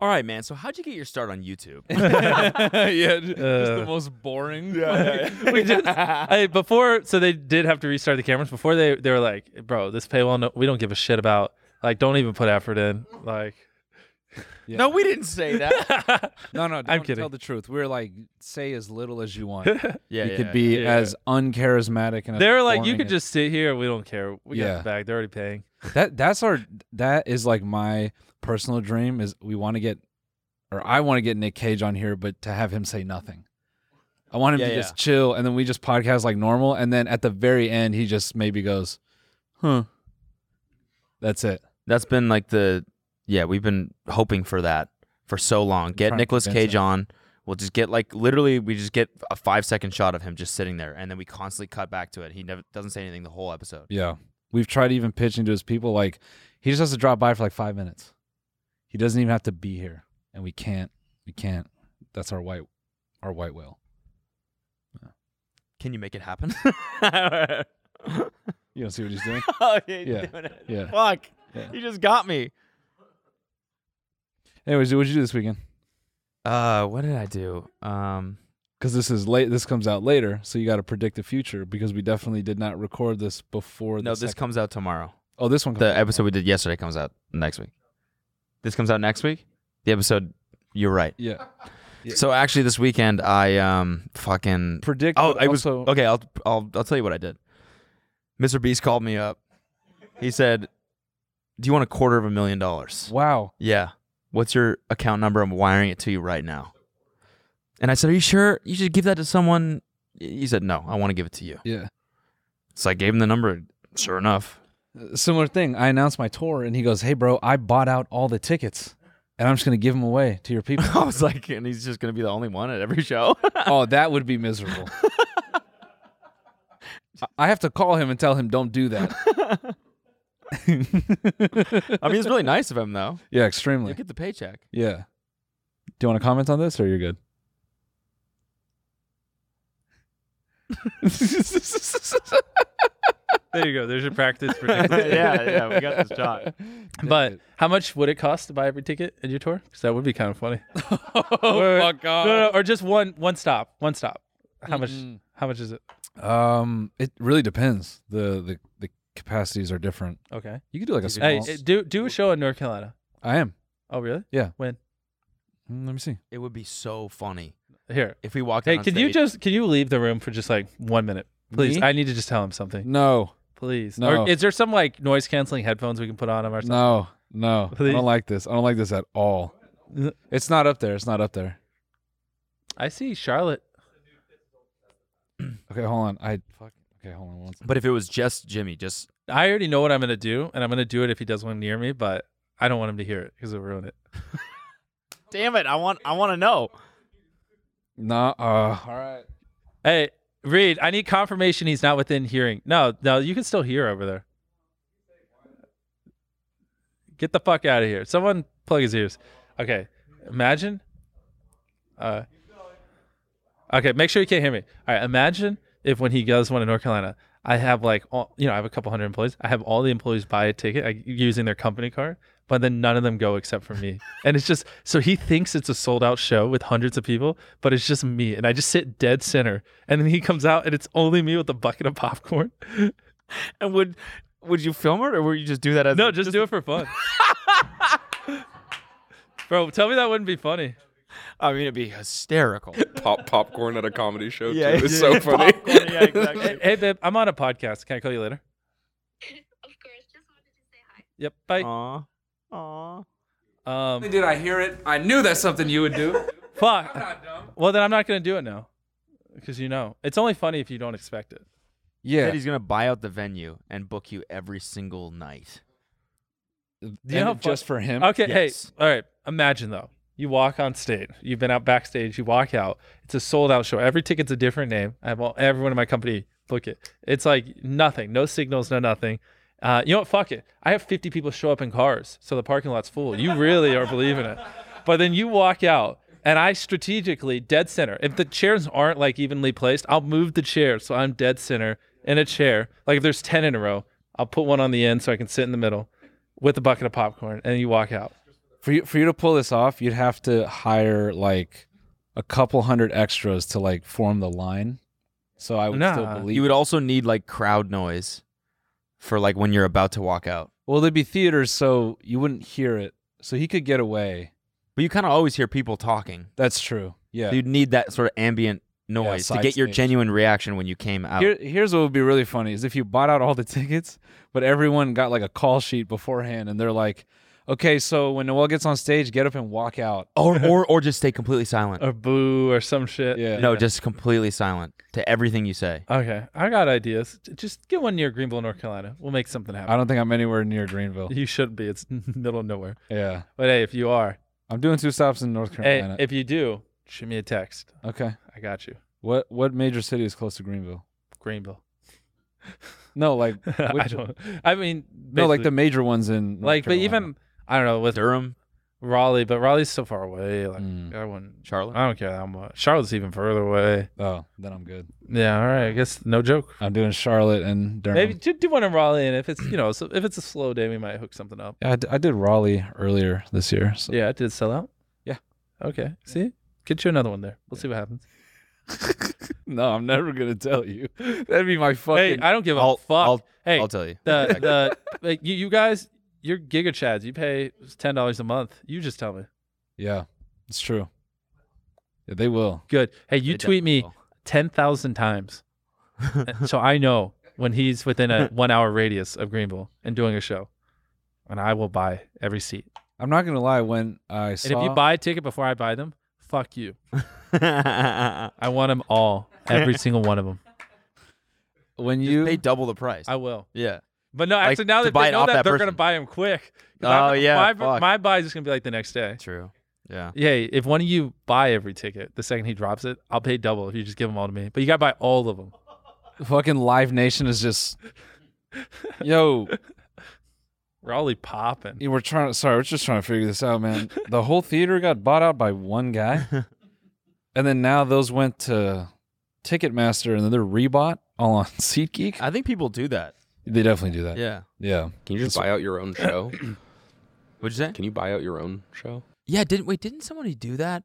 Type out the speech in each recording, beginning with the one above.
All right, man. So how'd you get your start on YouTube? yeah, ju- just Uh. the most boring. we just I, before so they did have to restart the cameras before they they were like bro this paywall no, we don't give a shit about like don't even put effort in like No, we didn't say that. no, no, don't I'm kidding. tell the truth. We were like, say as little as you want. yeah, you yeah, could be yeah. as uncharismatic and as they're like you boring could as- just sit here we don't care we got Yeah. the bag they're already paying that that's our that is like my personal dream is we want to get or I want to get Nick Cage on here but to have him say nothing. I want him Yeah, to yeah. just chill and then we just podcast like normal and then at the very end he just maybe goes, "Huh." That's it. That's been like the yeah. We've been hoping for that for so long. Get trying to Nicolas convince Cage on. We'll just get like literally, we just get a five second shot of him just sitting there, and then we constantly cut back to it. He never doesn't say anything the whole episode. Yeah. We've tried even pitching to his people like he just has to drop by for like 5 minutes. He doesn't even have to be here and we can't we can't. That's our white our white whale. Can you make it happen? You don't see what he's doing? oh, yeah, Yeah, yeah. Fuck. Yeah. You just got me. Anyways, what'd you do this weekend? Uh, what did I do? Um, because this is late. This comes out later, so you got to predict the future because we definitely did not record this before. The no, this second- comes out tomorrow. oh, this one. Comes The episode we did yesterday comes out next week. This comes out next week. The episode. You're right. yeah. Yeah. So actually, this weekend I um fucking Predict. Oh, but I was also- okay. I'll I'll I'll tell you what I did. Mr. Beast called me up. He said, "Do you want a quarter of a million dollars?" Wow. Yeah. What's your account number? I'm wiring it to you right now. And I said, "Are you sure? You should give that to someone." He said, "No, I want to give it to you." Yeah. So I gave him the number. Sure enough. Uh, Similar thing. I announced my tour, and he goes, "Hey, bro, I bought out all the tickets, and I'm just gonna give them away to your people." I was like, and he's just gonna be the only one at every show. oh, that would be miserable. I- I have to call him and tell him don't do that. I mean, it's really nice of him though. Yeah, You extremely. get the paycheck. Yeah. Do you want to comment on this, or you're good? there you go there's your practice prediction. yeah, yeah, we got this shot. but how much would it cost to buy every ticket at your tour because that would be kind of funny oh my no, no, or just one one stop one stop how much how much is it Um, it really depends. The the the capacities are different. okay You could do like a small. hey uh, do do a show in North Carolina I am. oh really Mm, let me see. It would be so funny here if we walked. Hey, in on can you stage- just can you leave the room for just like one minute, please? Me? I need to just tell him something, No, please. No. Or is there some like noise canceling headphones we can put on him or something? no, no. I Please. don't like this. I don't like this at all. N- It's not up there. It's not up there. I see Charlotte. Okay, hold on. I fuck. Okay, hold on one second. But if it was just Jimmy, just I already know what I'm gonna do, and I'm gonna do it if he does one near me, but I don't want him to hear it because it'll ruin it. damn it, I want I want to know. No. Uh. All right. Hey, Reed, I need confirmation he's not within hearing. No, no, you can still hear over there. Get the fuck out of here. Someone plug his ears. Okay. Imagine. Uh, okay, make sure you can't hear me. All right, imagine if when he goes one in North Carolina, I have like, all, you know, I have a couple hundred employees. I have all the employees buy a ticket like, using their company card, but then none of them go except for me. and it's just, so he thinks it's a sold out show with hundreds of people, but it's just me. And I just sit dead center. And then he comes out and it's only me with a bucket of popcorn. And would would you film it or would you just do that as No, just do it for fun. Bro, tell me that wouldn't be funny. I mean, it'd be hysterical. Pop popcorn at a comedy show. Yeah, too. it's so funny. yeah, exactly. Hey, babe, I'm on a podcast. Can I call you later? of course, just wanted to say hi. Yep. Bye. Aw, aw. Um, Did I hear it? I knew that's something you would do. fuck. Well, then I'm not going to do it now because you know it's only funny if you don't expect it. Said Yeah. he's gonna buy out the venue and book you every single night. you know how fun- just for him? Okay. Yes. Hey, all right. Imagine though, you walk on stage. You've been out backstage. You walk out. It's a sold out show. Every ticket's a different name. I have all, everyone in my company book it. It's like nothing. No signals. No nothing. Uh, you know what? Fuck it. I have 50 people show up in cars, so the parking lot's full. You really are believing it. But then you walk out, and I strategically dead center. If the chairs aren't like evenly placed, I'll move the chair so I'm dead center in a chair. Like if there's 10 in a row, I'll put one on the end so I can sit in the middle with a bucket of popcorn, and you walk out. for you for you to pull this off, you'd have to hire like a couple hundred extras to like form the line. So I would Nah. still believe You would also need like crowd noise for like when you're about to walk out. Well, there'd be theaters, so you wouldn't hear it. So he could get away. But you kind of always hear people talking. That's true. Yeah. You'd need that sort of ambient noise to side get your stage. genuine reaction when you came out. Here, here's what would be really funny is if you bought out all the tickets, but everyone got like a call sheet beforehand, and they're like, "Okay, so when Noel gets on stage, get up and walk out." or, or or just stay completely silent. or boo or some shit. Yeah. No, just completely silent to everything you say. Okay, I got ideas. J- Just get one near Greenville, North Carolina. We'll make something I happen. don't think I'm anywhere near Greenville. You should be. It's middle of nowhere. Yeah, But hey, if you are, I'm doing two stops in North hey, Carolina. if you do, shoot me a text. okay, I got you. what what major city is close to Greenville? Greenville. No, like I Which- don't. I mean, no, like the basically- major ones in North like, but Carolina. even I don't know with Durham, Raleigh, but Raleigh's so far away. Like Mm. I wouldn't. Charlotte. I don't care that much. Charlotte's even further away. oh, then I'm good. Yeah. All right. I guess no joke. I'm doing Charlotte and Durham. Maybe do, do one in Raleigh, and if it's you know so if it's a slow day, we might hook something up. Yeah, I, d- I did Raleigh earlier this year. So. Yeah, did it sell out? Yeah. Okay. See, get you another one there. We'll see what happens. No, I'm never gonna tell you. That'd be my Hey, fucking. I don't give a I'll- fuck. I'll- hey, I'll tell you. the the like, you, you guys, you're giga chads. You pay ten dollars a month. You just tell me. yeah, it's true. Yeah, they will. Good. Hey, you They tweet me definitely ten thousand times, so I know when he's within a one hour radius of Greenville and doing a show, and I will buy every seat. I'm not gonna lie. When I saw, And if you buy a ticket before I buy them, fuck you. will. I want them all, every single one of them. when you you pay double the price. I will. yeah. But no, Like, actually, now to that buy they it know off that, that they're person. gonna buy them quick. 'Cause Oh, yeah, my, fuck. my buy is just gonna be like the next day. True. Yeah. Yeah, if one of you buy every ticket, the second he drops it, I'll pay double if you just give them all to me. But you gotta buy all of them. fucking Live Nation is just, yo, We're all popping. you we're trying. Sorry, we're just trying to figure this out, man. The whole theater got bought out by one guy, and then now those went to Ticketmaster, and then they're rebought all on SeatGeek. I think people do that. They definitely do that. Yeah, Yeah. Can you just buy out your own show? What'd you say? Can you buy out your own show? Yeah. Didn't wait? Didn't somebody do that?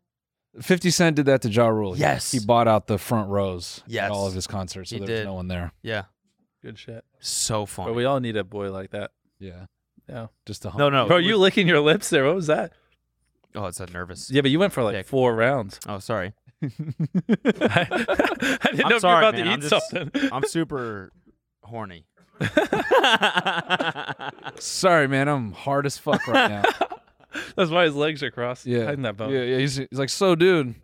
Fifty Cent did that to Ja Rule. He- Yes. he bought out the front rows. at Yes. all of his concerts, so He there was did. no one there. Yeah. Good shit. So But funny. we all need a boy like that. Yeah. Yeah. Just a no, hump. no. Bro, it you was- licking your lips there. What was that? Oh, it's a nervous. Yeah, but you went for like Dick. four rounds. Oh, sorry. I, didn't I'm know sorry, if you were about man. to I'm eat just- something. I'm super horny. Sorry, man. I'm hard as fuck right now. That's why his legs are crossed. Yeah. Hiding that bone. Yeah, yeah. He's, he's like, so, dude.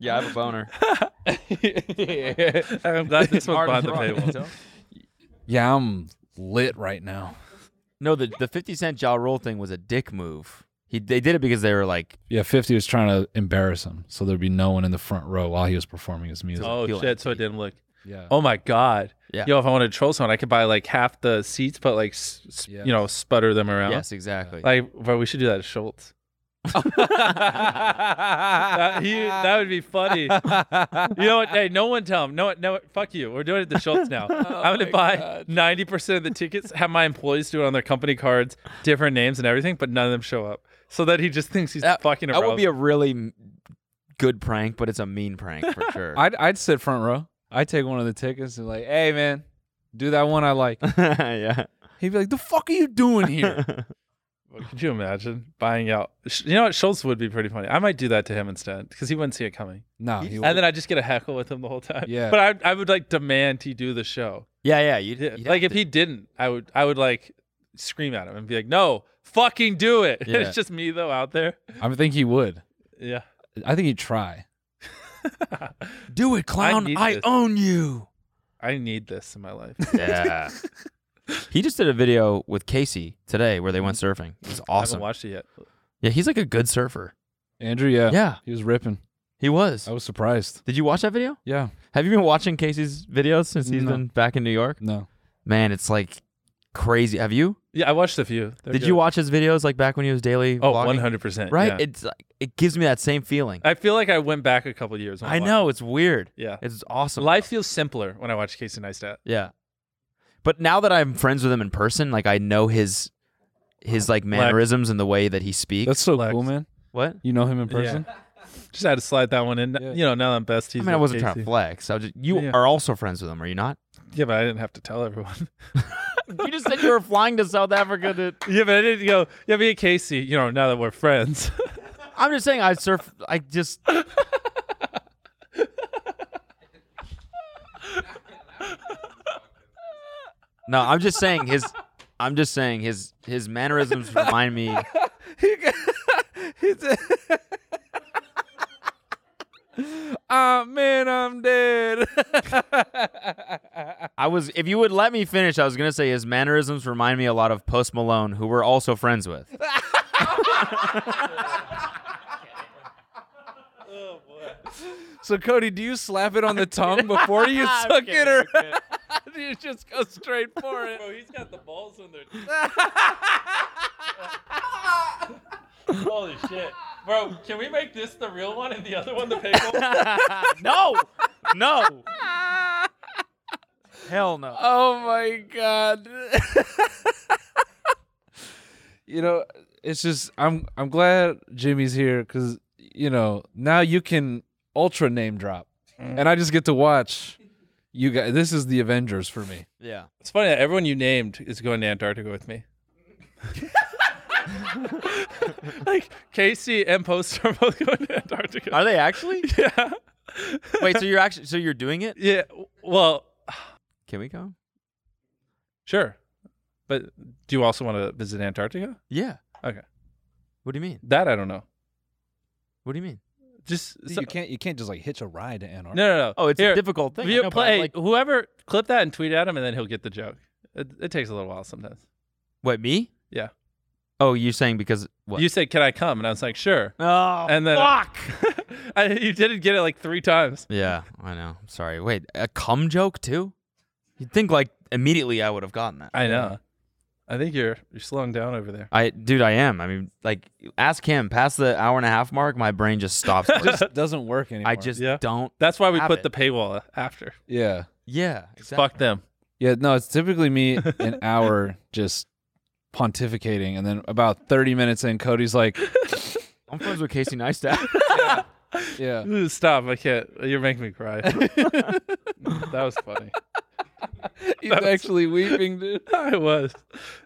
yeah, I have a boner. I'm glad this one's behind the paywall. Yeah, I'm lit right now. No, the the 50 Cent jaw roll thing was a dick move. He they did it because they were like, Yeah, 50 was trying to embarrass him. So there'd be no one in the front row while he was performing his music. Oh feel shit! So it didn't look. Yeah. Oh my god. Yeah. Yo, if I wanted to troll someone, I could buy like half the seats, but like, s- s- Yeah. you know, sputter them around. yes, exactly. Like, bro, we should do that at Schultz. that, he, that would be funny. You know what? Hey, no one tell him. No, one- no, one- fuck you. We're doing it at the Schultz now. Oh I'm going to buy ninety percent of the tickets. Have my employees do it on their company cards, different names and everything, but none of them show up, so that he just thinks he's That- fucking. that would be irrelevant. a really m- good prank, but it's a mean prank for sure. I'd, I'd sit front row. I'd take one of the tickets and, like, hey, man, do that one I like. yeah. He'd be like, the fuck are you doing here? Could you imagine buying out? Sh- You know what? Schultz would be pretty funny. I might do that to him instead because he wouldn't see it coming. no. He And then I just get a heckle with him the whole time. Yeah. But I, I would like demand he do the show. Yeah, yeah. You'd, Yeah, you'd like have if to- he didn't, I would I would like scream at him and be like, "No, fucking do it." Yeah. it's just me though out there. I think he would. Yeah. I think he'd try. do it, clown. need I, this. own you. I need this in my life. Yeah. he just did a video with Casey today where they went surfing. It was I haven't awesome. watched it yet. Yeah, he's like a good surfer. Andrew, yeah. Oh. Yeah, He was ripping. he was. I was surprised. Did you watch that video? Yeah. Have you been watching Casey's videos since he's No. been back in New York? No. Man, it's like crazy. Have you? Yeah, I watched a few. They're Did good. you watch his videos like back when he was daily? Oh, vlogging? 100%. Right? yeah. It's like it gives me that same feeling. I feel like I went back a couple years. when I watched know it's weird. it. Yeah. It's awesome. Life feels simpler when I watch Casey Neistat. Yeah. But now that I'm friends with him in person, like I know his his like mannerisms and the way that he speaks. That's so Lex. cool, man. what? You know him in person? Just had to slide that one in. Yeah. You know, now I'm besties. I mean, I with wasn't trying Casey. to flex. I was just, you Yeah. are also friends with him, are you not? Yeah, but I didn't have to tell everyone. you just said you were flying to South Africa to. yeah, but I didn't go. Yeah, me and Casey. You know, now that we're friends. I'm just saying, I surf. I just. no, I'm just saying his. I'm just saying his his mannerisms remind me. Ah, man, I'm dead. I was if you would let me finish, I was gonna say his mannerisms remind me a lot of Post Malone, who we're also friends with. so, Cody, do you slap it on the tongue before you suck it, or do you just go straight for it? he's got the balls in their. Holy shit, bro! Can we make this the real one and the other one the fake one? no, no. Hell no. Oh my god. you know, it's just I'm I'm glad Jimmy's here cuz you know, now you can ultra name drop. And I just get to watch you guys this is the Avengers for me. Yeah. It's funny that everyone you named is going to Antarctica with me. like Casey and Poster are both going to Antarctica. Are they actually? yeah. Wait, so you're actually so you're doing it? Yeah. Well, Can we go? sure. But do you also want to visit Antarctica? Yeah. Okay. What do you mean? That I don't know. What do you mean? Just so- you can't you can't just like hitch a ride to Antarctica. no, no, no. Oh, it's Here, a difficult thing. I you know, but I'm play, like- whoever clip that and tweet at him, and then he'll get the joke. It, it takes a little while sometimes. what me? Yeah. Oh, you're saying because what? You said, "Can I come?" and I was like, "Sure." oh, and then- uh, fuck. I, you didn't get it like three times. yeah, I know. I'm sorry. Wait, a cum joke too? You'd think like immediately I would have gotten that. I know. I think you're you're slowing down over there. I dude, I am. I mean, like, ask him. Past the hour and a half mark, my brain just stops. working. Just doesn't work anymore. I just Yeah. don't. That's why we Have put it. the paywall after. Yeah. Yeah, 'Cause exactly. Fuck them. Yeah, no, it's typically me an hour just pontificating and then about 30 minutes in Cody's like, I'm friends with Casey Neistat. yeah. Ooh, stop! I can't. You're making me cry. that was funny. He's actually weeping, dude. I was.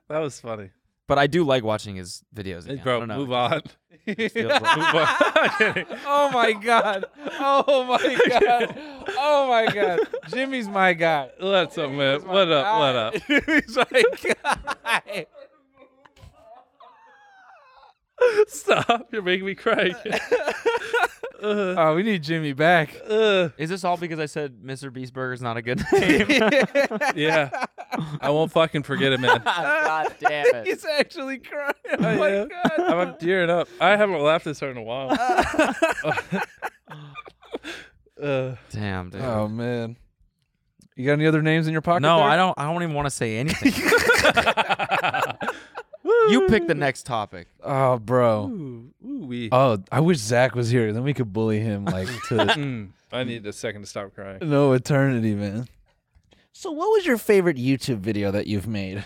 That was funny. but I do like watching his videos. Again. I Bro, don't know. move on. Feels like- Move on. I'm kidding. Oh my god. Oh my god. Oh my god. Jimmy's my guy. What's up, man? What up? What up? Jimmy's my guy. Stop! You're making me cry. again. Ugh. Oh, we need Jimmy back. Ugh. Is this all because I said Mr. Beast Burger's not a good name? yeah, I won't fucking forget it, man. Oh God damn it. He's actually crying. I Oh my am. god. I'm tearing up. I haven't laughed this hard in a while. uh, Damn, dude. Oh man. You got any other names in your pocket? no, there? I don't. I don't even want to say anything. you pick the next topic. Oh, bro. ooh, ooh, wee. Oh, I wish Zach was here. Then we could bully him like to Mm, I need a second to stop crying. no eternity, man. So, what was your favorite YouTube video that you've made?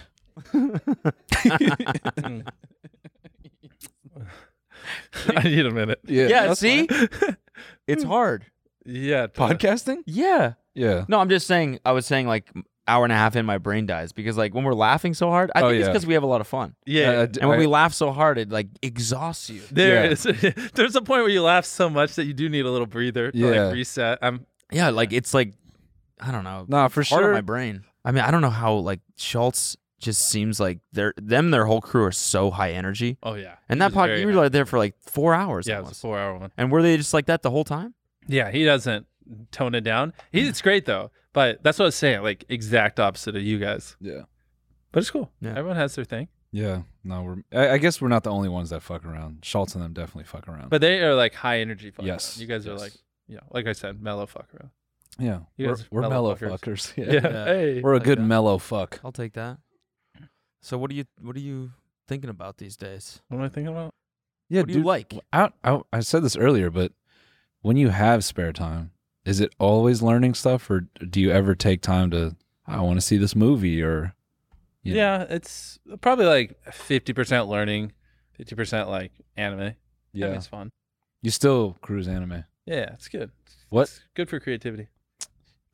I need a minute. Yeah. Yeah, that's see, fine. it's hard. Yeah, duh. Podcasting? Yeah. Yeah. No, I'm just saying. I was saying like hour and a half in, my brain dies because like when we're laughing so hard, I Oh, think it's yeah. because we have a lot of fun. Yeah, Uh, d- And when I- we laugh so hard, it like exhausts you. there yeah. is. There's a point where you laugh so much that you do need a little breather to Yeah. like reset. I'm. Yeah, like it's like I don't know, Nah, for part sure. of my brain. I mean, I don't know how like Schultz just seems like they're them. Their whole crew are so high energy, Oh yeah. and He that was pod very you were happy. like there for like four hours. Yeah, it was almost. a four-hour one. and were they just like that the whole time? Yeah, he doesn't tone it down. He's Mm. it's great though, but that's what I was saying. Like exact opposite of you guys. Yeah. But it's cool. Yeah. Everyone has their thing. Yeah. No, we're. I, I guess we're not the only ones that fuck around. Schultz and them definitely fuck around. But they are like high energy. Fuck Yes, around. You guys are yes. like, you know, like I said, mellow fuck around. yeah, You we're, guys we're are mellow mellow fuckers. Yeah. Yeah. Yeah. Hey. We're a Like good that. mellow fuck. I'll take that. So what are you what are you thinking about these days? What am I thinking about? Yeah, what do you like? I, I I said this earlier, but when you have spare time, is it always learning stuff, or do you ever take time to? I want to see this movie, or you know? Yeah, it's probably like fifty percent learning, fifty percent like anime. Yeah, Yeah. it's fun. You still cruise anime. Yeah, it's good. What? It's good for creativity.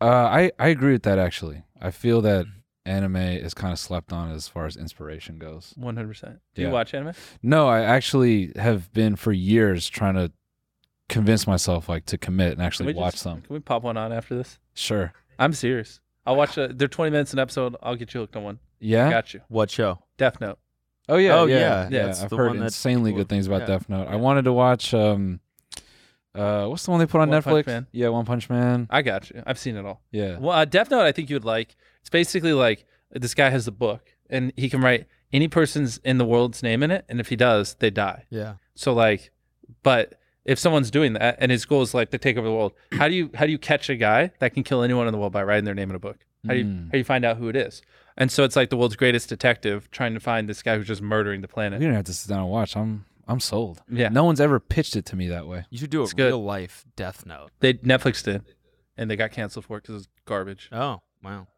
Uh, I I agree with that actually. I feel that anime is kind of slept on as far as inspiration goes. One hundred percent. Do Yeah. you watch anime? No, I actually have been for years trying to convince myself like to commit and Can actually we watch just- some. Can we pop one on after this? Sure. I'm serious. I'll watch. A, they're twenty minutes an episode. I'll get you hooked on one. Yeah. Got you. What show? Death Note. Oh yeah. Oh, yeah. yeah. Yeah, it's I've the heard one that insanely people- good things about yeah. Death Note. I Yeah. wanted to watch um uh what's the one they put on One Netflix? Punch Man. Yeah, One Punch Man. I got you. I've seen it all. Yeah. Well, uh, Death Note, I think you would like. It's basically like this guy has the book, and he can write any person's in the world's name in it, and if he does, they die. Yeah. So like, but if someone's doing that and his goal is like to take over the world, how do you how do you catch a guy that can kill anyone in the world by writing their name in a book? How do you Mm. how do you find out who it is? And so it's like the world's greatest detective trying to find this guy who's just murdering the You're planet. gonna have to sit down and watch. I'm I'm sold. Yeah, No one's ever pitched it to me that way. You should do a It's good. real life Death Note. they Netflix did, and they got canceled for it because it's garbage. Oh wow.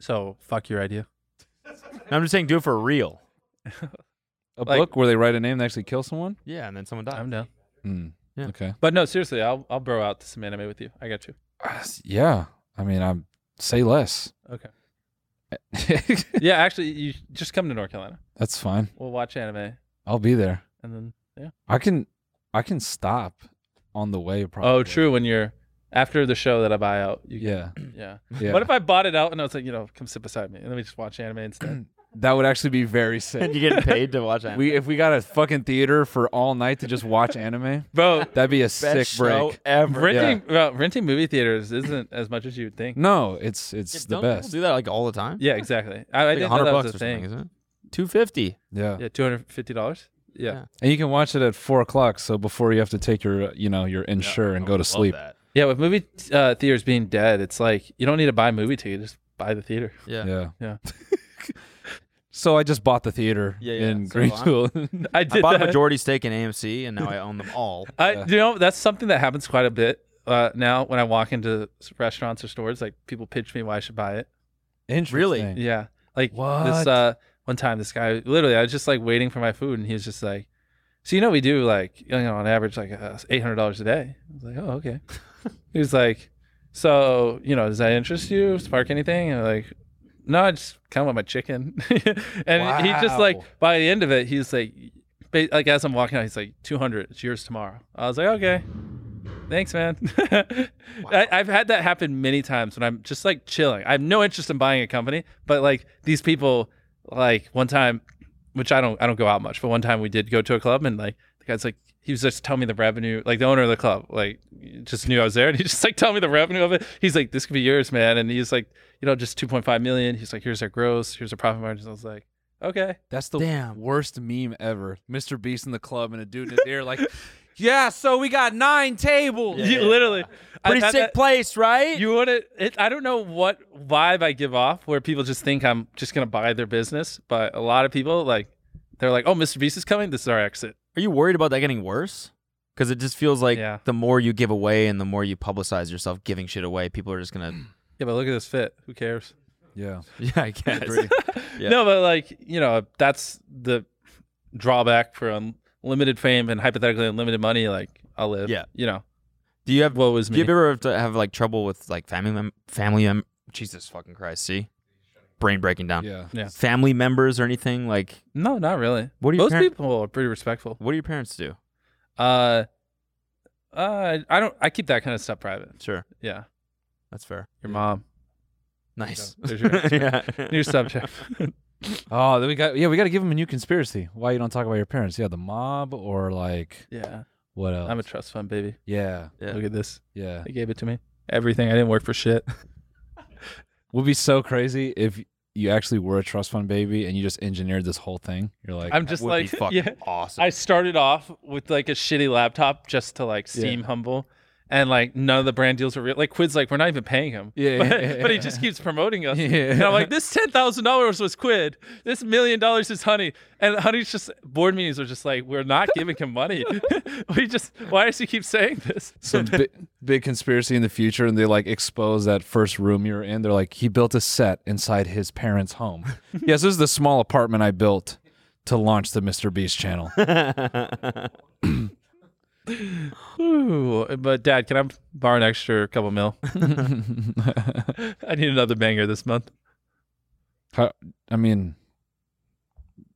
So fuck your idea. I'm just saying, do it for real. A Like- book where they write a name and actually kill someone? Yeah, and then someone dies. I'm down. Hmm. Yeah. Okay. But no, seriously, I'll I'll bro out to some anime with you. I got you. Uh, yeah. I mean, I'm say less. Okay. Okay. Yeah, actually, you just come to North Carolina. That's fine. We'll watch anime, I'll be there. and then yeah. I can I can stop on the way probably. Oh, true. When you're after the show that I buy out, you Yeah. Yeah. Yeah. What if I bought it out and I was like, you know, come sit beside me and then we just watch anime instead? that would actually be very and sick. you're getting paid to watch that. we if we got a fucking theater for all night to just watch anime, Bro, that'd be a sick Best show break. ever. renting well, renting movie theaters isn't as much as you would think. No, it's it's Yeah, the don't people best. Do that like all the time. Yeah, exactly. I, I like didn't know 100 that bucks was or a thing. something, isn't it? Two fifty. Yeah. Yeah, two hundred fifty dollars. Yeah. Yeah. yeah, And you can watch it at four o'clock, so before you have to take your uh, you know, your insure and go to sleep. With movie uh, theaters being dead, it's like you don't need to buy a movie ticket; just buy the theater. Yeah. Yeah. Yeah. so I just bought the theater Yeah, yeah. in So do I. Greenville. I I did bought a that. majority stake in AMC, and now I own them all. I, Yeah. you know, that's something that happens quite a bit uh, now when I walk into s- restaurants or stores. Like people pitch me why I should buy it. Interesting. Yeah. Like What? this uh one time this guy literally I was just like waiting for my food and he was just like so you know we do like you know on average like uh, eight hundred dollars a day. I was like, oh okay. he was like, so you know does that interest you? Spark anything? And I'm like, no, I just kind of want my chicken. and he just like Wow. by the end of it he's like, ba- like as I'm walking out he's like two hundred. It's yours tomorrow. I was like okay. Thanks, man. I, I've had that happen many times when I'm just like chilling. I have no interest in buying a company, but like these people, like one time, which I don't, I don't go out much, but one time we did go to a club and like the guy's like, he was just telling me the revenue, like the owner of the club, like just knew I was there, and he just like telling me the revenue of it. He's like, this could be yours, man, and he's like, you know, just 2.5 million. He's like, here's our gross, here's our profit margins. I was like, okay, That's the Damn. worst meme ever. Mr. Beast in the club and a dude in his ear like, yeah, so we got nine tables. You- literally, I've Pretty had sick that- place, right? You want to? I don't know what vibe I give off where people just think I'm just gonna buy their business, but a lot of people like they're like, "Oh, Mr. Beast is coming. This is our exit." Are you worried about that getting worse? Because it just feels like Yeah. the more you give away and the more you publicize yourself giving shit away, people are just gonna. Yeah, but look at this fit. Who cares? Yeah. yeah, I guess. Yeah. No, but like you know, that's the drawback for unlimited fame and hypothetically unlimited money. Like I'll live. Yeah. you know, Do you have woe is Do me. you ever have to have like trouble with like family mem- family mem- Jesus fucking Christ, see? Brain breaking down. Yeah. Yeah. Family members or anything like no, not really. what do your Most parents people are pretty respectful. What do your parents do? Uh, uh, I don't. I keep that kind of stuff private. Sure, Yeah, that's fair. your mom, Nice. Yeah, there's your answer. yeah. new subject. Oh, then we got yeah, we got to give him a new conspiracy. Why you don't talk about your parents? Yeah, the mob or like yeah, what else? I'm a trust fund baby. yeah, Yeah. Look at this. yeah. They gave it to me. Everything. I didn't work for shit. Would be so crazy if you actually were a trust fund baby and you just engineered this whole thing. You're like, I'm just would like, be fucking yeah. awesome. I started off with like a shitty laptop just to like seem humble, and like none of the brand deals were real. Like Quid's like, we're not even paying him. Yeah, But, yeah, yeah, but he yeah. just keeps promoting us. Yeah. And I'm like, this ten thousand dollars was Quid. This million dollars is honey. And honey's just board meetings are just like, we're not giving him money. we just why does he keep saying this? Some big, big conspiracy in the future, and they like expose that first room you're in. They're like, he built a set inside his parents' home. yes, this is the small apartment I built to launch the Mr. Beast channel. Ooh, but Dad, can I borrow an extra couple mil? I need another banger this month. How, I mean,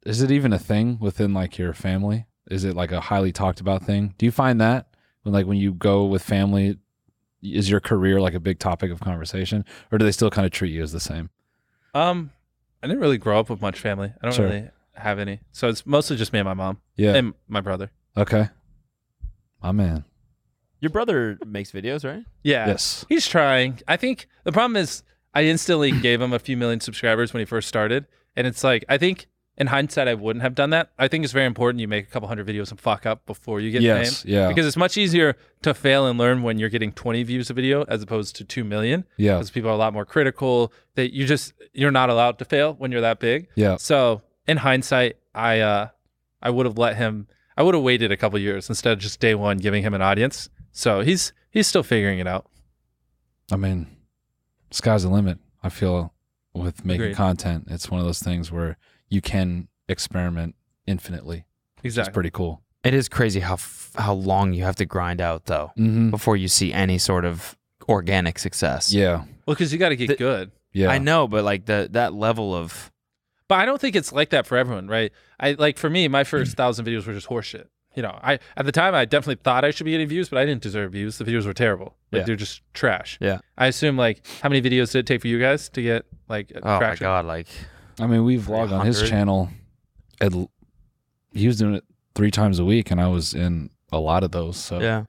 is it even a thing within like your family? Is it like a highly talked about thing? Do you find that when like when you go with family, is your career like a big topic of conversation, or do they still kind of treat you as the same? Um, I didn't really grow up with much family. I don't Sure. really have any, so it's mostly just me and my mom Yeah. and my brother. okay. My man. Your brother makes videos, right? Yeah, Yes. he's trying. I think the problem is I instantly gave him a few million subscribers when he first started, and it's like I think in hindsight I wouldn't have done that. I think it's very important you make a couple hundred videos and fuck up before you get Yes. fame. Yeah. Because it's much easier to fail and learn when you're getting 20 views a video as opposed to 2 million. yeah. because people are a lot more critical that you just you're not allowed to fail when you're that big Yeah. so in hindsight i uh i would have let him i would have waited a couple years instead of just day one giving him an audience so he's he's still figuring it out I mean, sky's the limit. I feel with making Agreed. content, it's one of those things where you can experiment infinitely. It's exactly pretty cool. It is crazy how f- how long you have to grind out though Mm-hmm. before you see any sort of organic success. Yeah. well because you got to get The- good Yeah. I know, but like the that level of but i don't think it's like that for everyone right i like for me my first thousand videos were just horseshit you know i at the time i definitely thought i should be getting views but i didn't deserve views the videos were terrible like Yeah. they're just trash Yeah. i assume like how many videos did it take for you guys to get like oh my traction? god, like I mean, we vlog on his 300. channel. At, l- he was doing it three times a week, and I was in a lot of those. So, yeah,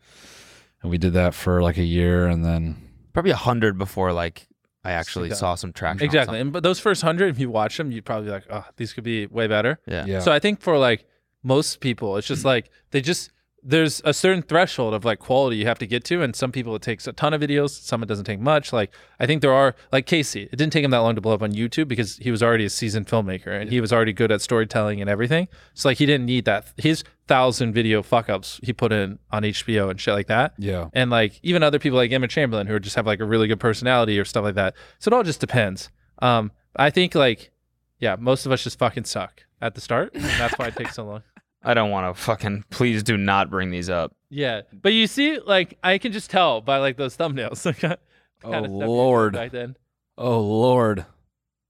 and we did that for like a year, and then probably a hundred before like I actually that. saw some traction. on Exactly. And but those first hundred, if you watch them, you'd probably be like, oh, these could be way better. something. Yeah. yeah, So I think for like most people, it's just like they just there's a certain threshold of like quality you have to get to, and some people it takes a ton of videos, some it doesn't take much. Like I think there are like Casey, it didn't take him that long to blow up on YouTube because he was already a seasoned filmmaker and he was already good at storytelling and everything. So like he didn't need that. His thousand video fuck ups he put in on HBO and shit like that yeah, and like even other people like Emma Chamberlain who just have like a really good personality or stuff like that. So it all just depends. Um, I think like, yeah, most of us just fucking suck at the start, and that's why it takes so long. I don't want to fucking. Please do not bring these up. Yeah, but you see, like I can just tell by like those thumbnails. Like, kinda Oh, stuff you did Lord. back then. oh lord,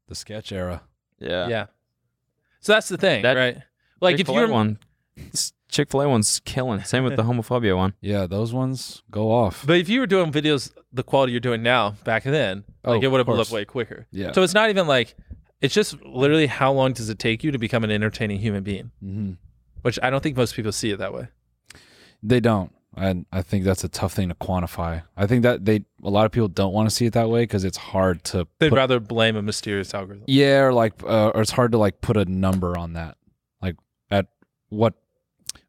the sketch era. Yeah. yeah. So that's the thing, That- right? Like if Chick-fil-A you're one, Chick Fil A one's killing. Same with the homophobia one. Yeah, those ones go off. But if you were doing videos the quality you're doing now back then, Oh, like it would have of blew up course. way quicker. Yeah. So it's not even like it's just literally how long does it take you to become an entertaining human being, hmm which I don't think most people see it that way. They don't, and I think that's a tough thing to quantify. I think that they a lot of people don't want to see it that way because it's hard to. They'd put- rather blame a mysterious algorithm. Yeah, or like, uh, or it's hard to like put a number on that. Like, at what,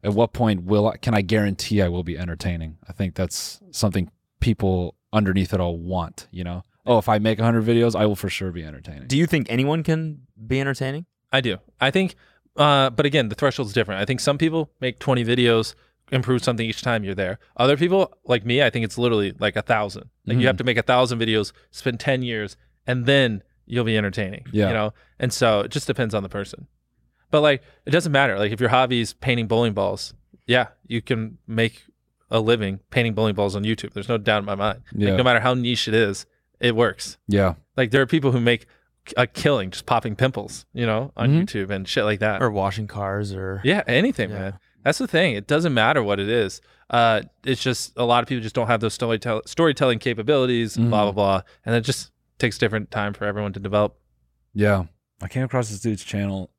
at what point will I? Can I guarantee I will be entertaining? I think that's something people underneath it all want. You know, oh, if I make hundred videos, I will for sure be entertaining. Do you think anyone can be entertaining? I do. I think, uh, but again, the threshold's different. I think some people make 20 videos, improve something each time you're there. Other people, like me, I think it's literally like a thousand. Like Mhm. you have to make a thousand videos, spend 10 years, and then you'll be entertaining. Yeah. You know, and so it just depends on the person. But like, it doesn't matter. Like if your hobby is painting bowling balls, yeah, you can make a living painting bowling balls on YouTube. There's no doubt in my mind. Yeah. Like no matter how niche it is, it works. yeah, Like there are people who make a killing just popping pimples, you know, on Mhm. YouTube and shit like that. Mm-hmm. Or washing cars? Or Uh, yeah, anything, Yeah. man. That's the thing. It doesn't matter what it is. Uh, it's just a lot of people just don't have those storytell- storytelling capabilities, Mm-hmm. blah blah Mhm. blah, and it just takes different time for everyone to develop. yeah. I came across this dude's channel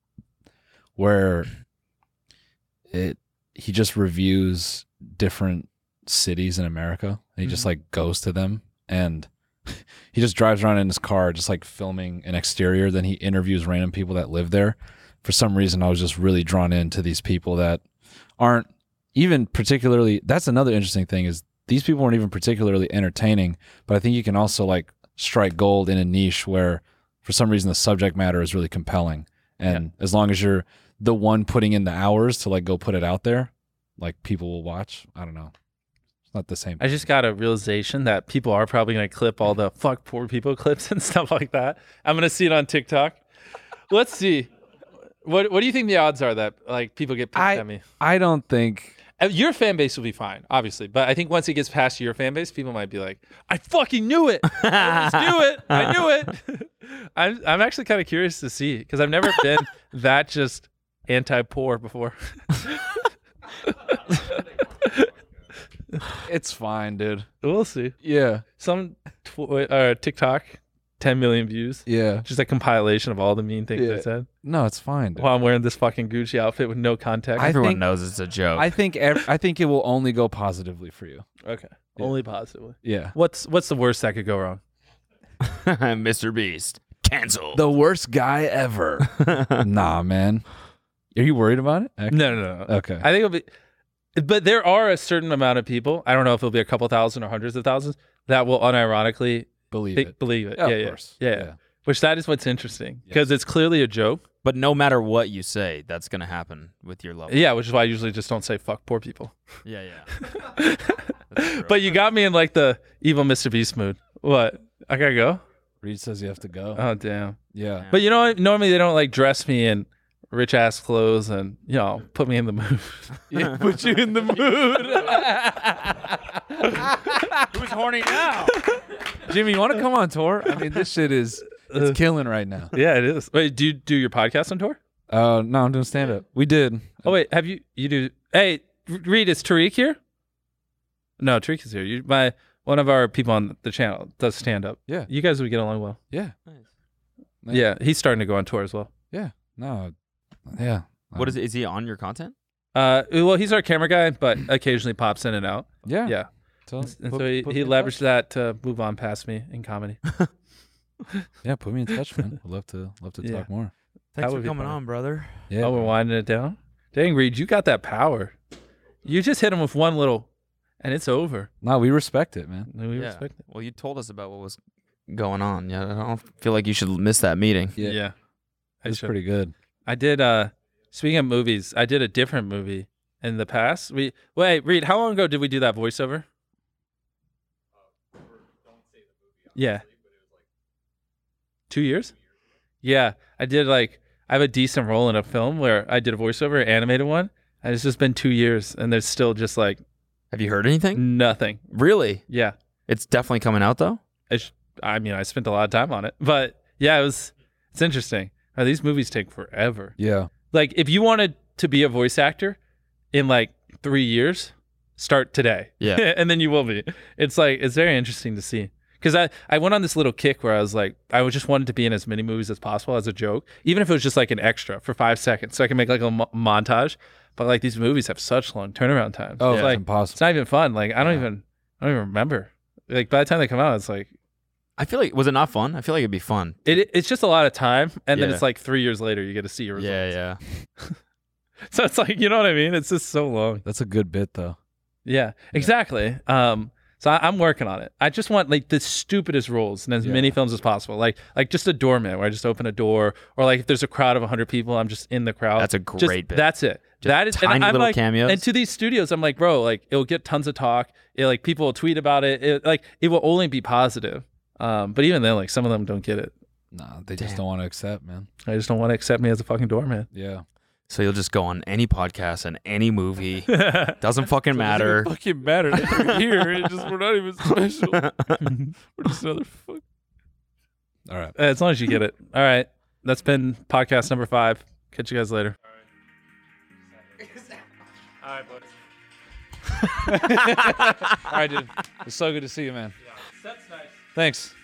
where it he just reviews different cities in America. And he just like goes to them and he just drives around in his car just like filming an exterior then he interviews random people that live there for some reason i was just really drawn into these people that aren't even particularly that's another interesting thing is these people weren't even particularly entertaining, but I think you can also like strike gold in a niche where for some reason the subject matter is really compelling. And as long as you're the one putting in the hours to like go put it out there, like people will watch. I don't know. It's not the same. I just got a realization that people are probably going to clip all the fuck poor people clips and stuff like that. I'm going to see it on TikTok. Let's see. What What do you think the odds are that like people get pissed I- at me? I don't think Uh, Your fan base will be fine, obviously, but I think once it gets past your fan base, people might be like, "I fucking knew it! I just knew it! I knew it!" I'm I'm actually kind of curious to see because I've never been that just anti-poor before. it's fine, dude. we'll see. Yeah. Some tw- uh, TikTok, 10 million views, Yeah. just a compilation of all the mean things I Yeah. said. No, it's fine. Dude. While I'm wearing this fucking Gucci outfit with no context. I Everyone think- knows it's a joke. I think ev- I think it will only go positively for you. okay, Yeah. only positively. Yeah. What's What's the worst that could go wrong? Mr. Beast, cancel. The worst guy ever. nah, man. Are you worried about it? Ac- No, no, no. Okay. I think it'll be, but there are a certain amount of people. I don't know if it'll be a couple thousand or hundreds of thousands that will unironically Believe think, it. believe it. Yeah, Yeah, of yeah, course. yeah, Yeah. Which that is what's interesting Yes. because it's clearly a joke. but no matter what you say, that's gonna happen with your level. Yeah, which is why I usually just don't say fuck poor people. yeah, yeah. But you got me in like the evil Mr. Beast mood. What? I gotta go. Reed says you have to go. Oh damn. yeah. But you know, what? normally they don't like dress me in rich ass clothes and you know put me in the mood. yeah. Put you in the mood. Who's horny now? Jimmy, you want to come on tour? I mean, this shit is Uh. it's killing right now. yeah, it is. Wait, do you do your podcast on tour? Uh, no, I'm doing stand up. We did. Oh wait, have you you do? Hey, R- Reed, is Tariq here? No, Tariq is here. You, my one of our people on the channel does stand up. Yeah. you guys would get along well. Yeah. Yeah. Yeah, he's starting to go on tour as well. No. Yeah. What is it? Is he on your content? Uh, well, he's our camera guy, but occasionally pops in and out. Yeah. Yeah, So, and so put- he, put he me in leveraged that touch. to move on past me in comedy. Yeah, put me in touch, man. I'd love to love to Yeah. talk more. Thanks would for be coming fun. on, brother. Yeah. oh, we're winding it down. Dang, Reed, you got that power. You just hit him with one little, and it's over. No, we respect it, man. We yeah. respect it. Well, you told us about what was going on. Yeah, I don't feel like you should miss that meeting. Yeah. I It's should. pretty good. I did. uh Speaking of movies, I did a different movie in the past. We wait, Reed. How long ago did we do that voiceover? Yeah. Two years. Yeah, I did. Like, I have a decent role in a film where I did a voiceover, an animated one, and it's just been two years, and there's still just like Have you heard anything? nothing. Really? Yeah. It's definitely coming out though. It's, I mean, I spent a lot of time on it, but yeah, it was. It's interesting. Now, these movies take forever. Yeah. like if you wanted to be a voice actor in like three years start today Yeah. and then you will be it's like it's very interesting to see because I, I went on this little kick where i was like i was just wanted to be in as many movies as possible as a joke even if it was just like an extra for five seconds so i can make like a mo- montage but like these movies have such long turnaround times Oh, it's it's like it's impossible. not even fun like i don't even i don't even remember like by the time they come out it's like I feel like was it not fun? I feel like it'd be fun. it, it's just a lot of time and then Yeah. it's like three years later you get to see your results yeah. so it's like you know what i mean it's just so long That's a good bit though. Yeah, exactly. Um, so I, I'm working on it. I just want like the stupidest roles in as many films as possible. Like like just a doorman where I just open a door, or like if there's a crowd of 100 people, I'm just in the crowd. That's a Oh, Just- great bit. That's it. that is and tiny I'm little like, cameos. And to these studios, I'm like, bro, like it'll get tons of talk. It like people will tweet about it. it like it will only be positive. Um, but even then, like some of them don't get it. Nah, they just don't want to accept, man. I just don't want to accept me as a fucking doorman. Yeah. So you'll just go on any podcast and any movie. Doesn't fucking matter. Fucking matter here. It just we're not even special. we're just another fuck. All right. Uh, As long as you get it. All right, that's been podcast number five. Catch you guys later. All right, dude. It's so good to see you, man. Thanks.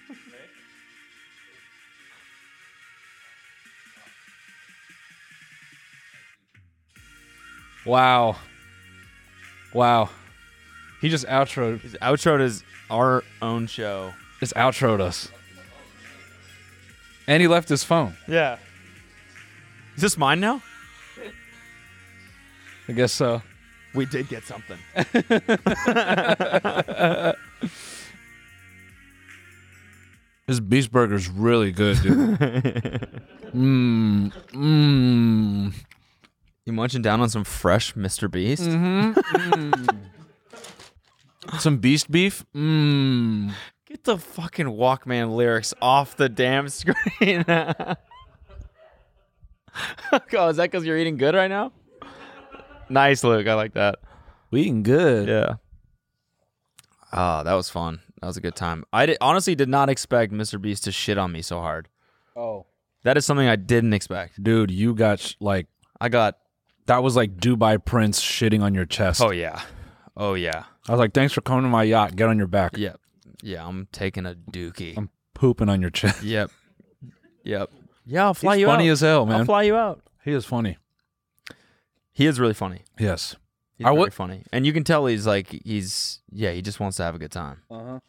Wow. Wow. He just outroed His outro is our own show. just outroed us. And he left his phone. Yeah. Is this mine now? I guess so. We did get something. This beast burger's really good, dude. Mmm. Mmm. You munching down on some fresh Mr. Beast? Some beast beef. Mmm. Get the fucking Walkman lyrics off the damn screen. oh, is that because you're eating good right now? Nice, Luke. I like that. We eating good. Yeah. Ah, that was fun. That was a good time. I di- honestly did not expect Mr. Beast to shit on me so hard. Oh. That is something I didn't expect. Dude, you got sh- like I got. that was like Dubai Prince shitting on your chest. Oh yeah. Oh yeah. I was like, thanks for coming to my yacht. Get on your back. Yep. Yeah, I'm taking a dookie. I'm pooping on your chest. Yep. Yep. Yeah, I'll fly He's you funny out. as hell, man. I'll fly you out. he is funny. He is really funny. Yes. He's I very would- funny, and you can tell he's like he's yeah he just wants to have a good time. Uh-huh.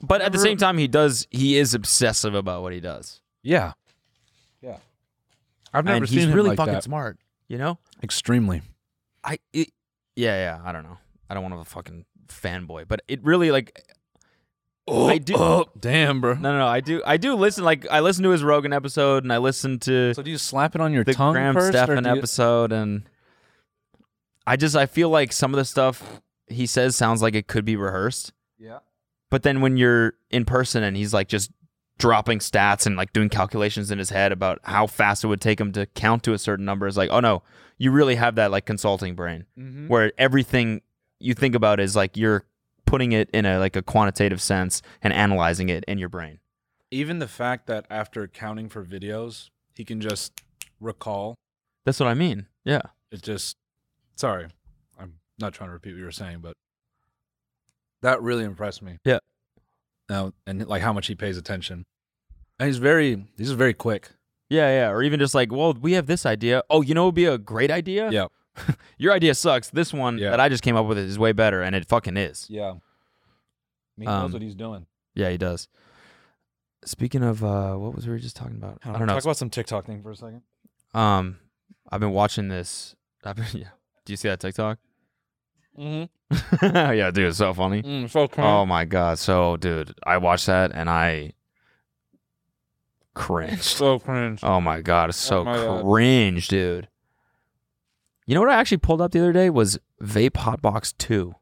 But at the same time, he does he is obsessive about what he does, Yeah. Yeah. I've never and seen he's him really like fucking that. smart. You know, Extremely. I it, yeah yeah I don't know I don't want to fucking fanboy, but it really like Oh, I do- damn, bro. no no no I do I do listen like I listen to his Rogan episode and I listen to So do you slap it on your the tongue Graham first? or Stephan do you- episode, and I just I feel like some of the stuff he says sounds like it could be rehearsed. Yeah. But then when you're in person and he's like just dropping stats and like doing calculations in his head about how fast it would take him to count to a certain number, it's like, oh no, you really have that like consulting brain Mm-hmm. where everything you think about is like you're putting it in a like a quantitative sense and analyzing it in your brain. Even the fact that after accounting for videos, he can just recall. That's what I mean. Yeah. It just, sorry, I'm not trying to repeat what you were saying, but that really impressed me. Yeah. Now and like how much he pays attention. And he's very, he's very quick. Yeah, yeah. Or even just like, well, we have this idea. Oh, you know, it would be a great idea. Yeah. Your idea sucks. This one Yeah. that I just came up with is way better, and it fucking is. Yeah. He Um, knows what he's doing. Yeah, he does. Speaking of, uh, what was we just talking about? I don't know. Talk about some TikTok thing for a second. Um, I've been watching this. I've been, yeah. Do you see that TikTok? Mm-hmm. yeah, dude, it's so funny. Mm, so Oh my god. So, dude, I watched that and I cringed. so cringe. Oh my god, it's so Oh my God. cringe, dude. You know what I actually pulled up the other day was Vape Hotbox 2.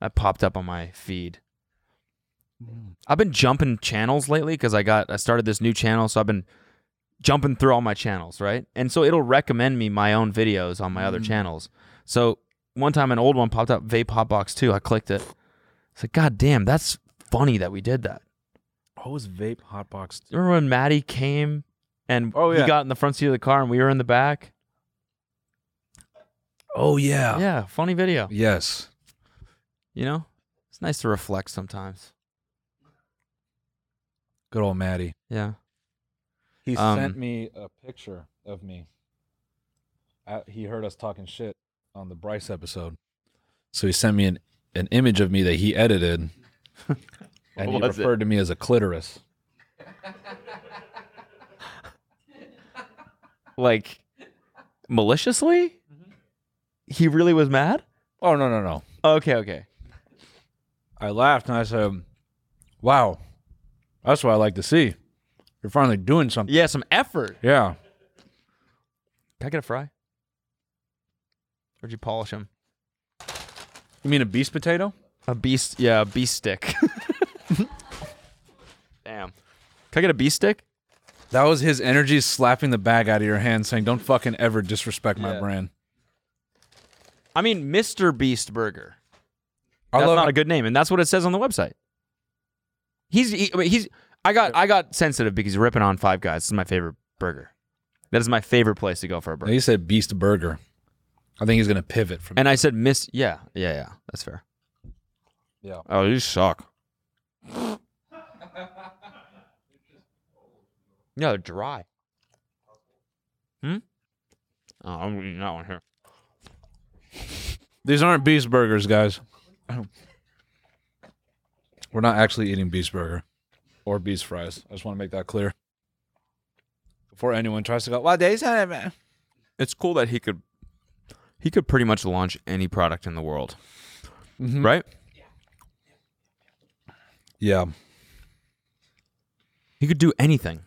That popped up on my feed. Mm. I've been jumping channels lately because I got I started this new channel, so I've been jumping through all my channels, right? And so it'll recommend me my own videos on my other Mm. channels. So one time an old one popped up, Vape Hotbox 2. I clicked it. It's like, God damn, that's funny that we did that. What was vape hotbox? You remember when Maddie came and Oh, yeah. he got in the front seat of the car and we were in the back? Oh yeah. Yeah, funny video. Yes. You know, it's nice to reflect sometimes. Good old Maddie. Yeah. He Um, sent me a picture of me. I, he heard us talking shit on the Bryce episode, so he sent me an, an image of me that he edited, and he was it? referred to me as a clitoris. Like maliciously? Mm-hmm. He really was mad? Oh no no no! Okay, okay. I laughed and I said, "Wow, that's what I like to see. You're finally doing something." Yeah, some effort. Yeah. Can I get a fry? Where'd you polish him? You mean a beast potato? A beast, yeah, a beast stick. Damn. Can I get a beast stick? That was his energy slapping the bag out of your hand, saying, "Don't fucking ever disrespect my Yeah. brand." I mean, Mr. Beast Burger. I that's love not a good name, and that's what it says on the website. He's he, I mean, he's I got I got sensitive because he's ripping on Five Guys. This is my favorite burger. That is my favorite place to go for a burger. He said Beast Burger. I think he's gonna pivot from. And I said, Miss, yeah, yeah, yeah, that's fair. Yeah. Oh, you suck. no, they're dry. Hmm. Oh, I'm eating that one here. These aren't Beast Burgers, guys. We're not actually eating Beast Burger or Beast Fries. I just want to make that clear before anyone tries to go. Well, they said it. man." It's cool that he could He could pretty much launch any product in the world, right? Yeah. He could do anything.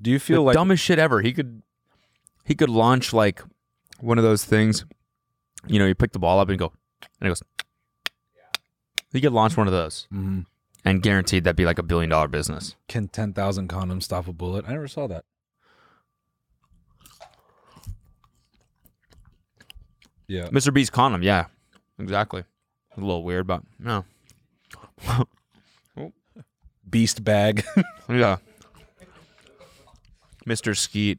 Do you feel the like dumbest shit ever. He could he could launch like one of those things. You know, you pick the ball up and go, and it goes. He could launch one of those, Mhm. and guaranteed that'd be like a billion dollar business. can ten thousand condoms stop a bullet? I never saw that. Yeah. Mr. Beast condom, yeah, exactly. A little weird, but no, Beast bag. yeah. Mr. Skeet,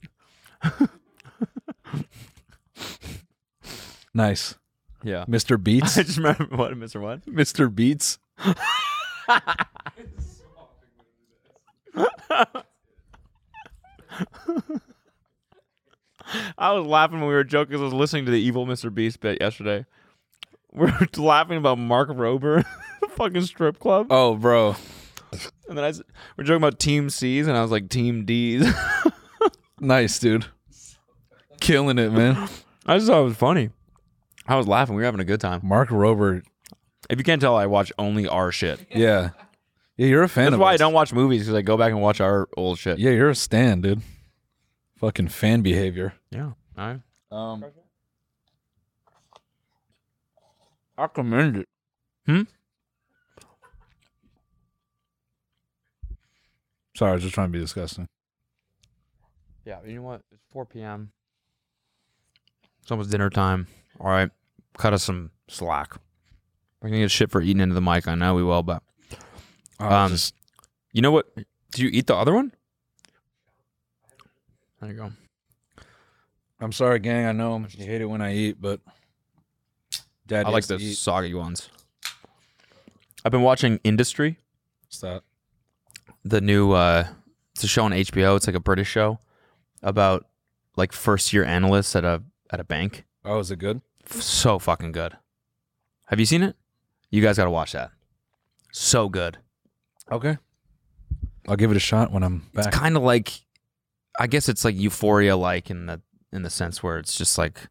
nice. yeah. Mr. Beats. I just remember what Mr. What? Mr. Beats. I was laughing when we were joking because I was listening to the evil Mr. Beast bit yesterday. We are laughing about Mark Rober, fucking strip club. Oh, bro. And then I s- we're joking about Team C's, and I was like Team D's. Nice, dude. Killing it, man. I just thought it was funny. I was laughing. We were having a good time. Mark Rober. If you can't tell, I watch only our shit. Yeah. Yeah, you're a fan That's of why I us. don't watch movies because I go back and watch our old shit. Yeah, you're a stan, dude. Fucking fan behavior. yeah. All right. Um, I commend it. Hmm? Sorry, I was just trying to be disgusting. Yeah. You know what? It's 4 p.m. It's almost dinner time. All right. Cut us some slack. We're gonna get shit for eating into the mic. I know we will, but I Um, was Oh, just- you know what? Did you eat the other one? There you go. I'm sorry, gang. I know you hate it when I eat, but Dad I like hates to the eat. soggy ones. I've been watching Industry. What's that? the new uh it's a show on HBO, it's like a British show about like first year analysts at a at a bank. Oh, is it good? F- So fucking good. Have you seen it? You guys got to watch that. So good. Okay. I'll give it a shot when I'm back. It's kind of like I guess it's like euphoria like in the in the sense where it's just like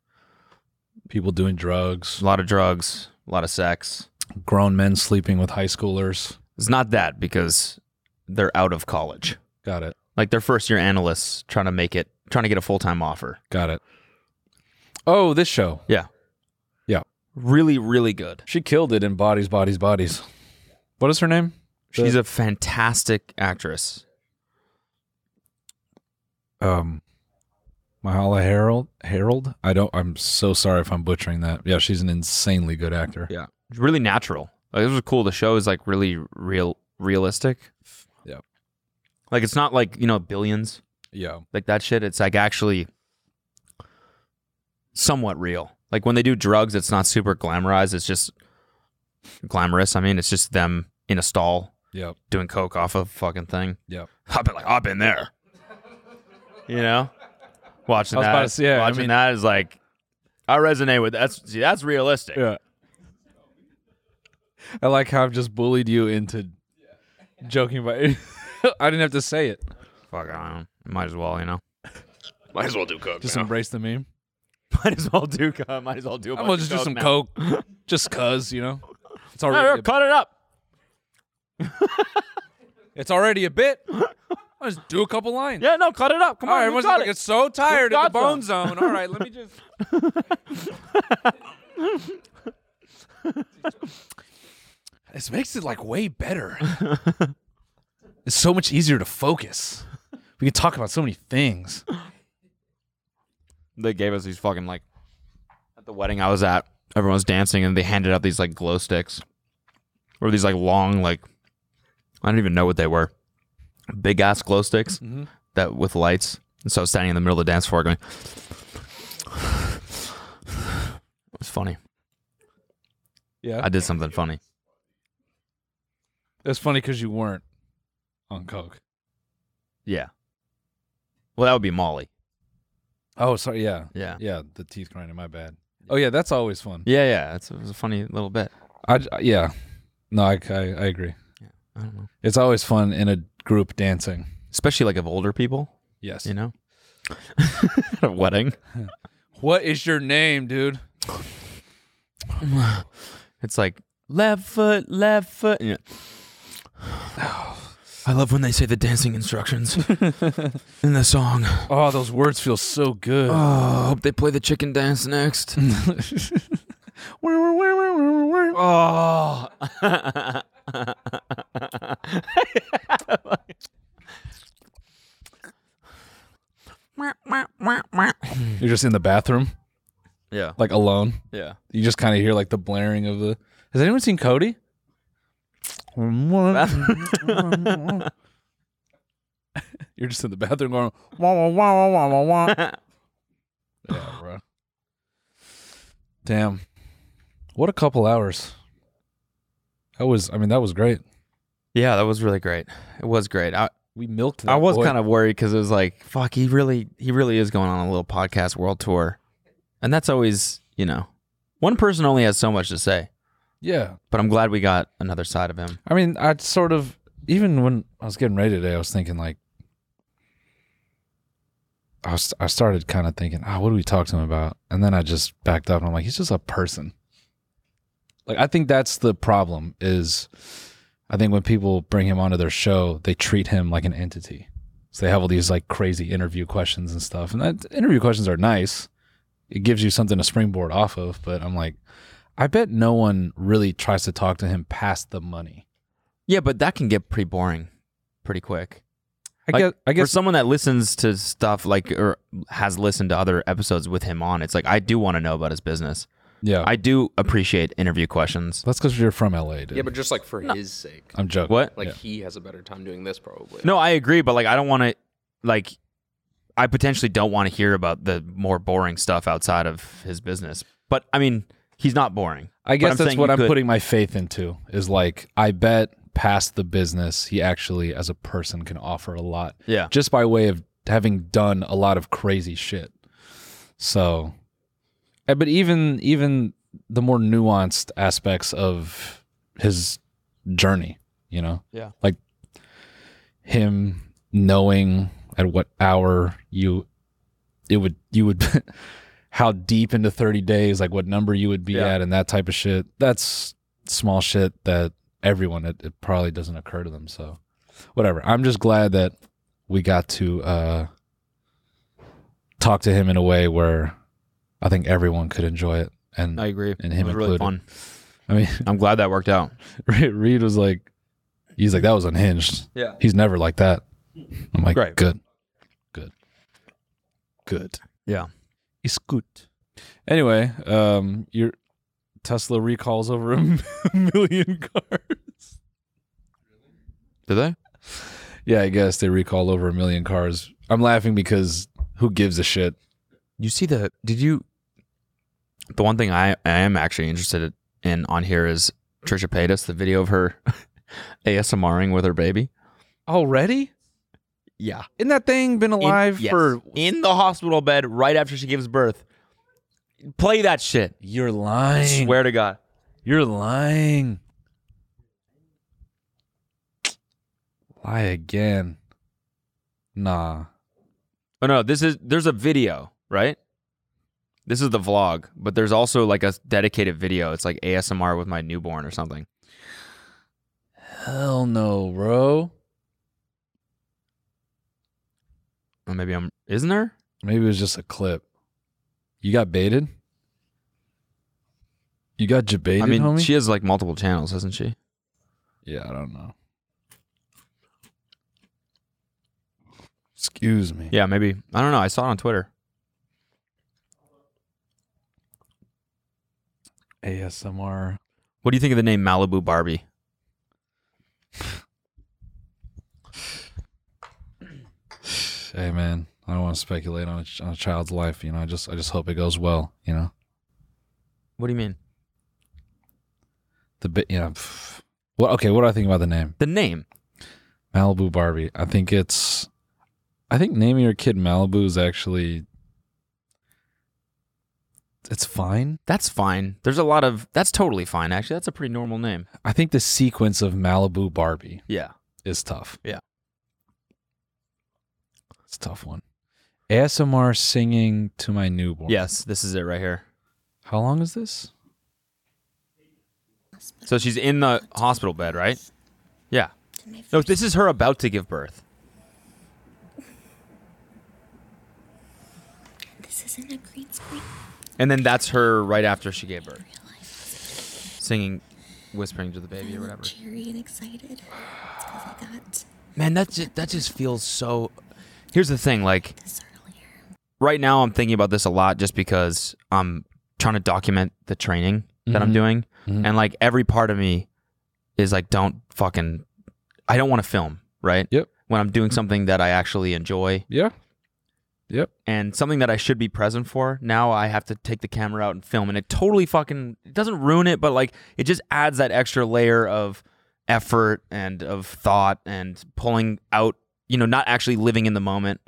People doing drugs, a lot of drugs, a lot of sex. grown men sleeping with high schoolers. It's not that because they're out of college. Got it. Like they're first year analysts trying to make it trying to get a full-time offer. Got it. Oh, this show. Really really good. She killed it in Bodies, Bodies, Bodies. What is her name? She's a fantastic actress. um Mahala Harold Harold. I don't I'm so sorry if I'm butchering that. Yeah, she's an insanely good actor. Yeah. really natural. Like this was cool. The show is like really real realistic. Yeah. Like it's not like, you know, billions. Yeah. Like that shit. It's like actually somewhat real. Like when they do drugs, it's not super glamorized. It's just glamorous. I mean, it's just them in a stall Yeah. doing coke off a fucking thing. Yeah. I've been like, I've been there. You know? Watching I was that. about to say, yeah, I watching mean- that is like I resonate with that's see, that's realistic. I like how I've just bullied you into joking about it. I didn't have to say it. Fuck, I don't know. Might as well, you know. Might as well do coke. Just now. embrace the meme. Might as well do. Uh, might as well do. A I'm bunch gonna of just do some now. coke. just cuz, you know. It's Hey, already a, cut it up. it's already a bit. I'll just do a couple lines. Yeah, no, cut it up. Come All on, right, you everyone's got gonna it. get so tired of the got some. bone zone. All right, let me just This makes it like way better. it's so much easier to focus. We can talk about so many things. They gave us these fucking like at the wedding I was at. Everyone's dancing and they handed out these like glow sticks or these like long like I don't even know what they were. Big ass glow sticks that with lights. And so I was standing in the middle of the dance floor going. it was funny. Yeah. I did something funny. That's funny because you weren't on Coke. Yeah. Well, that would be Molly. Oh, sorry. Yeah. Yeah. Yeah. The teeth grinding. My bad. Oh, yeah. That's always fun. Yeah, yeah. It's, it was a funny little bit. I, yeah. No, I, I, I agree. I don't know. It's always fun in a group dancing. Especially like of older people, Yes. you know? At a wedding. What is your name, dude? it's like left foot, left foot. and you- I love when they say the dancing instructions in the song. Oh, those words feel so good. Oh, I hope they play the chicken dance next. Oh. You're just in the bathroom, yeah. like alone. Yeah. You just kind of hear like the blaring of the. Has anyone seen Cody? You're just in the bathroom going. Wah, wah, wah, wah, wah, wah, wah. yeah, bro. Damn. What a couple hours. That was. I mean, that was great. Yeah, that was really great. It was great. I, We milked. That I was boy. kind of worried because it was like, fuck, he really, he really is going on a little podcast world tour, and that's always, you know, one person only has so much to say. Yeah. But I'm glad we got another side of him. I mean, I sort of even when I was getting ready today, I was thinking like, I was, I started kind of thinking, oh, what do we talk to him about? And then I just backed up and I'm like, he's just a person. Like I think that's the problem is, I think when people bring him onto their show, they treat him like an entity. So they have all these like crazy interview questions and stuff, and that interview questions are nice. It gives you something to springboard off of, but I'm like, I bet no one really tries to talk to him past the money. Yeah, but that can get pretty boring, pretty quick. I Like, guess. I for guess. someone that listens to stuff like or has listened to other episodes with him on, it's like I do want to know about his business. yeah. I do appreciate interview questions. That's because you're from LA, dude. Yeah, but just like for his sake. I'm joking. What? Like yeah. he has a better time doing this probably. No, I agree, but like I don't want to like I potentially don't want to hear about the more boring stuff outside of his business. But I mean, he's not boring. I But guess I'm that's saying what you I'm could- putting my faith into is like I bet past the business he actually as a person can offer a lot Yeah. just by way of having done a lot of crazy shit. So, eh, but even even the more nuanced aspects of his journey, you know, Yeah. like him knowing at what hour you it would you would how deep into 30 days like what number you would be Yeah. at and that type of shit that's small shit that everyone it, it probably doesn't occur to them so whatever i'm just glad that we got to uh talk to him in a way where i think everyone could enjoy it and I agree. And it him was really included. fun. i mean I'm glad that worked out. reed was like he's like that was unhinged Yeah. he's never like that i'm like Right. good good good Yeah. It's good. Anyway, um, your Tesla recalls over a million cars. Did they? Yeah, I guess they recall over a million cars. I'm laughing because who gives a shit? You see the did you the one thing I, I am actually interested in on here is Trisha Paytas, the video of her ASMRing with her baby. Already? Yeah. Isn't that thing been alive yes. for? in the hospital bed right after she gives birth. Play that shit. You're I lying. swear to God. You're lying. Lie again. Nah. Oh no, this is there's a video, right? This is the vlog, but there's also like a dedicated video. It's like ASMR with my newborn or something. Hell no, bro. Or maybe I'm isn't there? Maybe it was just a clip. You got baited? You got jebaited, I mean, homie? she has like multiple channels, hasn't she? yeah, I don't know. Excuse me. Yeah, maybe. I don't know. I saw it on Twitter. ASMR. What do you think of the name Malibu Barbie? Hey, man. I don't want to speculate on a, ch- on a child's life. You know, I just I just hope it goes well. You know, What do you mean? the bit. You know, pff. well, okay. What do I think about the name The name. Malibu Barbie? I think it's. I think naming your kid Malibu is actually. It's fine. That's fine. There's a lot of that's totally fine actually. That's a pretty normal name. I think the sequence of Malibu Barbie Yeah. is tough. Yeah. It's a tough one. ASMR singing to my newborn. Yes, this is it right here. How long is this? So she's in the hospital bed, right? Yeah. No, this is her about to give birth. This isn't a green screen. And then that's her right after she gave birth. Singing, whispering to the baby or I whatever. look cheery and excited. It's 'cause I got Man, that just, that just feels so. Here's the thing like, this earlier. right now I'm thinking about this a lot just because I'm trying to document the training that I'm doing. And like every part of me is like, don't fucking, I don't want to film, right? Yep. When I'm doing something that I actually enjoy Yeah. and something that I should be present for, now I have to take the camera out and film. And it totally fucking, it doesn't ruin it, but like it just adds that extra layer of effort and of thought and pulling out, you know, not actually living in the moment,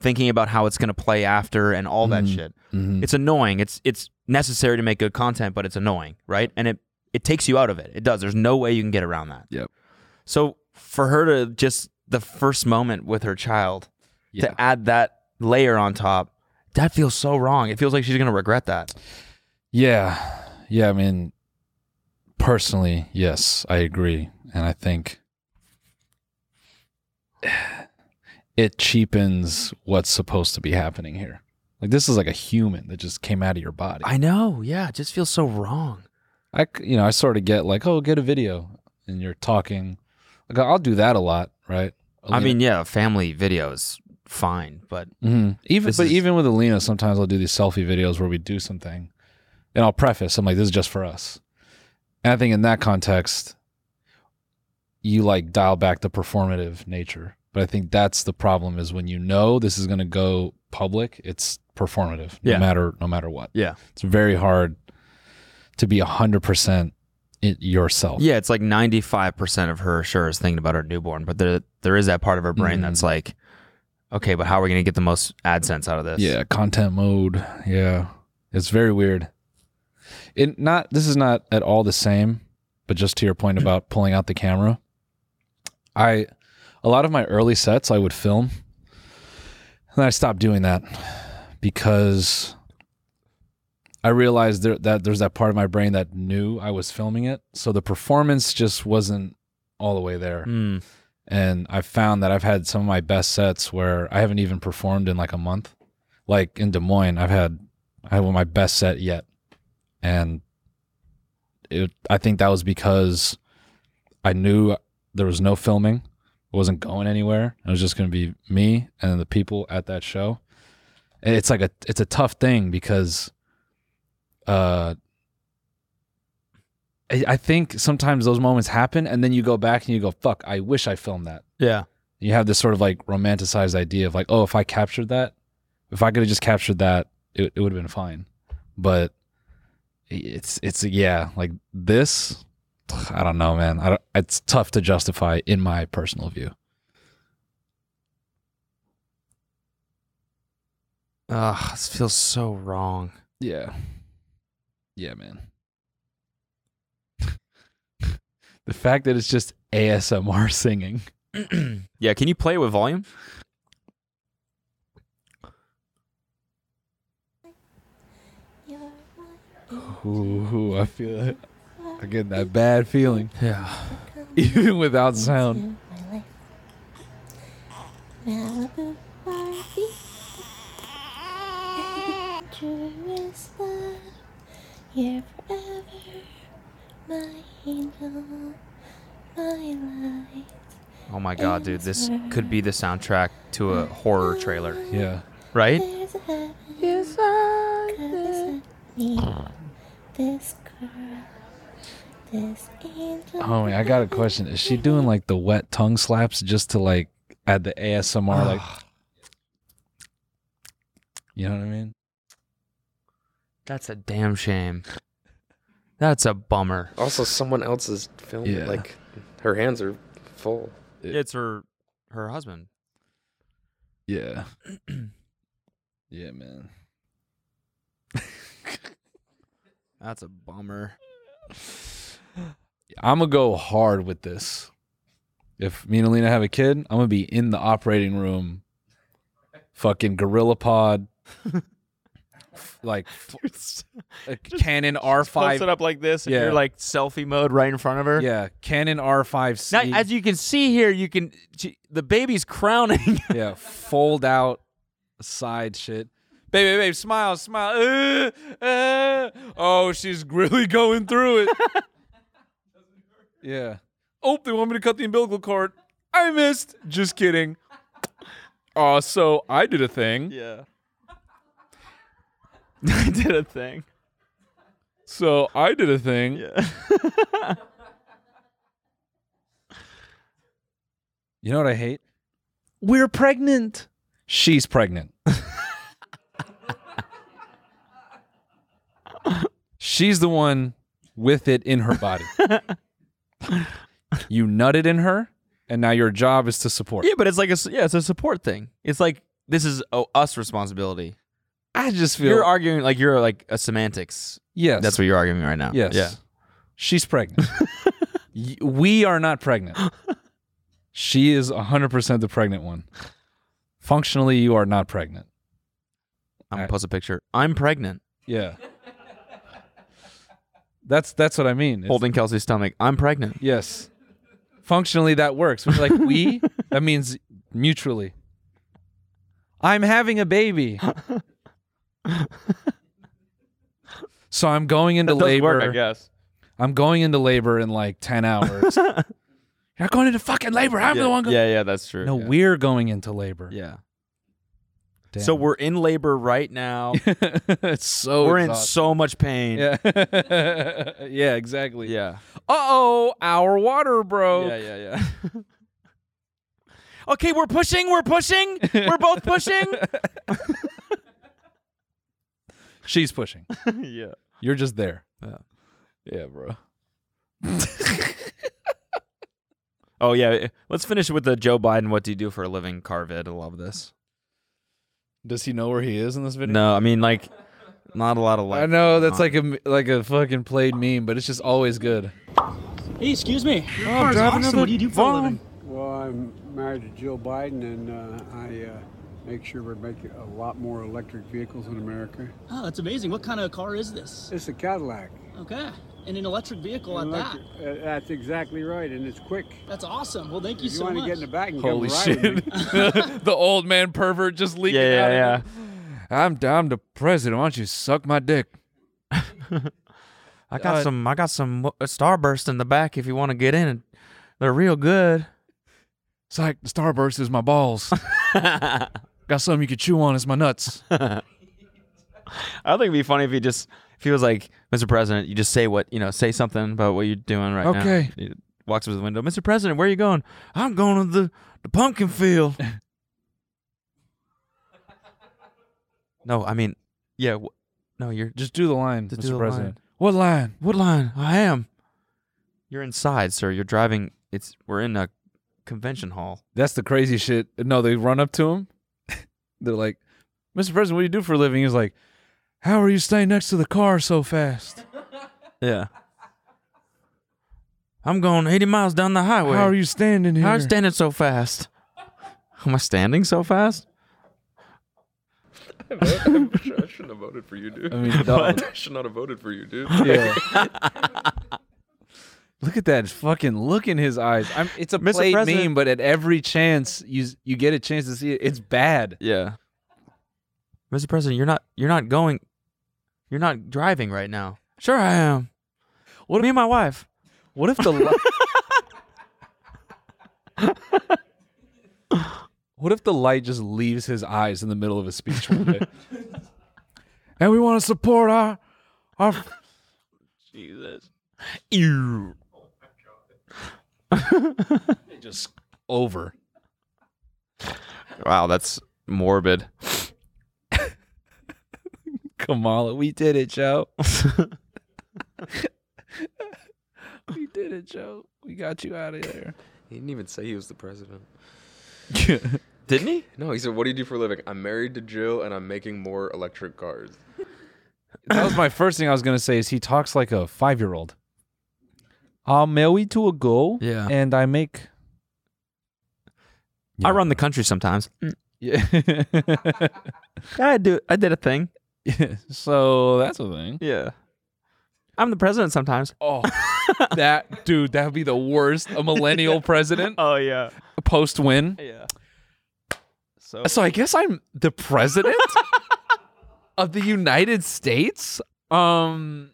thinking about how it's going to play after and all that Mhm. shit it's annoying it's it's necessary to make good content but it's annoying right and it it takes you out of it it does there's no way you can get around that Yep. so for her to just the first moment with her child Yeah. to add that layer on top that feels so wrong it feels like she's going to regret that Yeah. Yeah. I mean, personally, yes, I agree. And I think it cheapens what's supposed to be happening here. Like, this is like a human that just came out of your body. i know yeah it just feels so wrong I, c- you know, I sort of get like, oh, get a video. And you're talking. Like, I'll do that a lot, right? i mean yeah family videos fine but Mhm. even This but is- even with Alina, sometimes I'll do these selfie videos where we do something, and I'll preface, I'm like, "This is just for us," and I think in that context, you like dial back the performative nature. But I think that's the problem is when you know this is going to go public, it's performative, Yeah. no matter no matter what. Yeah. it's very hard to be hundred percent yourself. yeah it's like 95% of her sure is thinking about her newborn but there there is that part of her brain Mhm. that's like okay but how are we going to get the most adsense out of this Yeah, content mode. Yeah. It's very weird. It not this is not at all the same, but just to your point about pulling out the camera. I a lot of my early sets I would film. And then I stopped doing that because I realized there, that there's that part of my brain that knew I was filming it, so the performance just wasn't all the way there Mm. and I've found that I've had some of my best sets where I haven't even performed in like a month. Like in Des Moines, I've had I had one of my best set yet, and it I think that was because I knew there was no filming, it wasn't going anywhere. It was just going to be me and the people at that show. And it's like a it's a tough thing because, uh. I I think sometimes those moments happen, and then you go back and you go, "Fuck! I wish I filmed that." Yeah. you have this sort of like romanticized idea of like, oh, if I captured that, if I could have just captured that, it, it would have been fine. But it's it's yeah, like this. I don't know, man. I don't, it's tough to justify in my personal view. Ugh, this feels so wrong. Yeah, yeah, man. the fact that it's just ASMR singing. yeah, can you play it with volume? You're my Ooh, I feel it. I get that bad feeling, Yeah. even without sound. into my life. Malibu Barbie. True is love. You're forever my angel, my light. Oh my god, dude, this could be the soundtrack to a horror trailer, Yeah. right? There's a heaven. Yes, This this girl, this angel. Oh, wait, I got a question. Is she doing like the wet tongue slaps just to like add the ASMR? Like, you know what I mean? That's a damn shame. That's a bummer. Also, someone else's film. Yeah. Like, her hands are full. It's her her husband. Yeah. yeah, man. That's a bummer. I'm gonna go hard with this. If me and Alina have a kid, I'm gonna be in the operating room, fucking gorilla pod, like f- a Canon R5. Puts it up like this, and Yeah. you're like selfie mode right in front of her. Yeah, Canon R5C. Now, as you can see here, you can she, the baby's crowning. yeah, fold out side shit. Baby, baby, smile, smile. Uh, uh. Oh, she's really going through it. yeah. Oh, they want me to cut the umbilical cord. I missed. Just kidding. Oh, so I did a thing. yeah, I did a thing. So I did a thing. Yeah, You know what I hate? We're pregnant. She's pregnant. She's the one with it in her body. you nutted in her, and now your job is to support. yeah, but it's like a s- yeah, it's a support thing. It's like this is oh, us responsibility. I just feel You're arguing like you're like a semantics. yes. That's what you're arguing right now. Yes. Yeah. She's pregnant. Y- we are not pregnant. She is 100% the pregnant one. Functionally, you are not pregnant. I'm All gonna right. post a picture. I'm pregnant. Yeah. That's that's what I mean. It's- Holding Kelsey's stomach. I'm pregnant. Yes. Functionally that works. When you're like we, that means mutually. I'm having a baby. so I'm going into labor. guess. I'm going into labor in like 10 hours. you're not going into fucking labor. I'm the one going. yeah, yeah, that's true. No, yeah. we're going into labor. Yeah. Damn. So we're in labor right now. it's so we're in exhausting. so much pain. Yeah. yeah, exactly. Yeah. Uh-oh, our water broke. Yeah, yeah, yeah. okay, we're pushing. We're pushing. We're both pushing. She's pushing. yeah. You're just there. Yeah. Yeah, bro. Oh yeah. Let's finish with the Joe Biden. What do you do for a living? Carvid. I love this. Does he know where he is in this video? No, I mean like, not a lot of life. I know that's going like a m- like a fucking played meme, but it's just always good. Hey, excuse me. Your Oh, I'm driving another bomb. Well, I'm married to Jill Biden, and uh, I uh, make sure we make a lot more electric vehicles in America. Oh, that's amazing. What kind of car is this? It's a Cadillac. Okay. And an electric vehicle at Electric- uh, that's exactly right, and it's quick. that. That's awesome. Well, thank you, if you so want much. to get in the back and Holy come ride with shit! the old man pervert just leaking Yeah, out. yeah, of him. I'm I'm the president. Why don't you suck my dick? I got some. I got some uh, starburst in the back. If you want to get in, they're real good. It's like the starburst is my balls. Got something you could chew on. It's my nuts. I think it'd be funny if he just if he was like, Mr. President, you just say what you know, say something about what you're doing right now. Okay. He walks up to the window, Mr. President, where are you going? I'm going to the, the pumpkin field. no, I mean, yeah, w- no, you're Just do the line, Just Mr. do the President. line. What line? Woodline. I am. You're inside, sir. You're driving. It's we're in a convention hall. That's the crazy shit. No, they run up to him. They're like, Mr. President, what do you do for a living? He's like, How are you staying next to the car so fast? Yeah. I'm going 80 miles down the highway. How are you standing here? How are you standing so fast? Am I standing so fast? I shouldn't have voted for you, dude. I mean, dog. I should not have voted for you, dude. Yeah. Look at that fucking look in his eyes. I'm, it's a Mr. played President- meme, but at every chance you you get a chance to see it, it's bad. Yeah. Mr. President, you're not you're not going you're not driving right now. Sure I am. What me and my wife. What if the li- What if the light just leaves his eyes in the middle of a speech one day? and we want to support our our Ew. just over. Wow, that's morbid. Kamala, we did it, Joe. we did it, Joe. We got you out of there. He didn't even say he was the president. Didn't he? No, he said, "What do you do for a living?" I'm married to Jill, and I'm making more electric cars. That was my first thing I was gonna say is he talks like a Um, five year old. I'm married to a girl, Yeah. and I make I run the country sometimes. yeah. I do I did a thing. so that's a thing. Yeah. I'm the president sometimes. Oh, that dude, that would be the worst. A millennial president Oh yeah. post win. Yeah. So So I guess I'm the president of the United States. Um,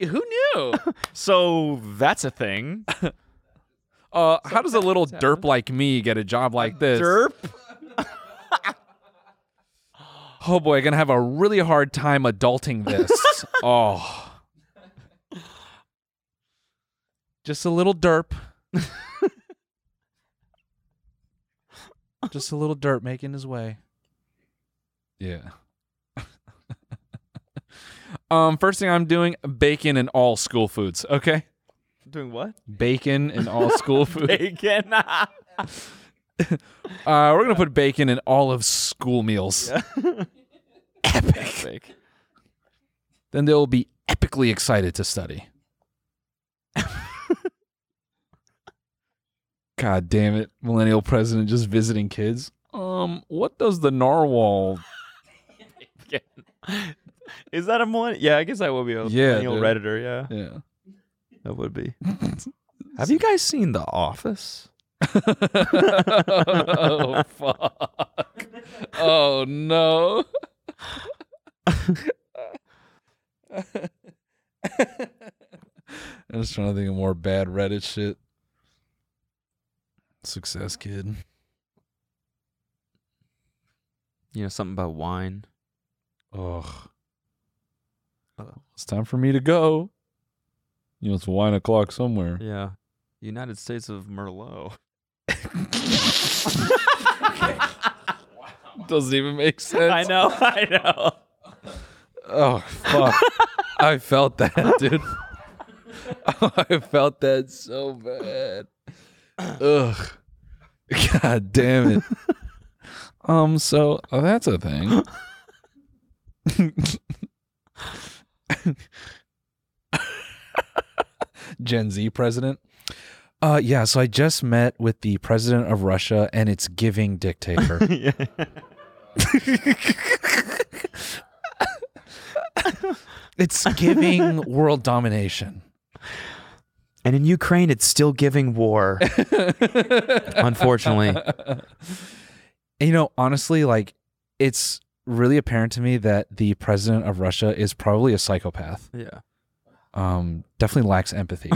who knew? so that's a thing. Uh, how does a little derp like me get a job like this? Derp. Oh boy, gonna have a really hard time adulting this. oh, just a little derp. just a little derp making his way. Yeah. um, first thing I'm doing bacon and all school foods. Okay, Doing what? bacon and all school foods. Bacon. Uh, we're gonna put bacon in all of school meals. Epic. Then they'll be epically excited to study. God damn it, millennial president just visiting kids. Um, what does the narwhal? Is that a millennial? Yeah, I guess that would be a Yeah, millennial dude. redditor. Yeah, Yeah. that would be. Have you guys seen The Office? oh fuck! Oh no! I'm just trying to think of more bad Reddit shit. Success kid. You know something about wine. Ugh. It's time for me to go. You know, it's wine o'clock somewhere. Yeah, United States of Merlot. Doesn't even make sense. know. I know. Oh fuck! I felt that, dude. I felt that so bad. Ugh. God damn it. Um. So oh, that's a thing. Gen Z president. Uh, yeah. So I just met with the president of Russia, and it's giving dictator. It's giving world domination. And in Ukraine, it's still giving war. Unfortunately, And, you know, honestly, like it's really apparent to me that the president of Russia is probably a psychopath. yeah. Um, definitely lacks empathy.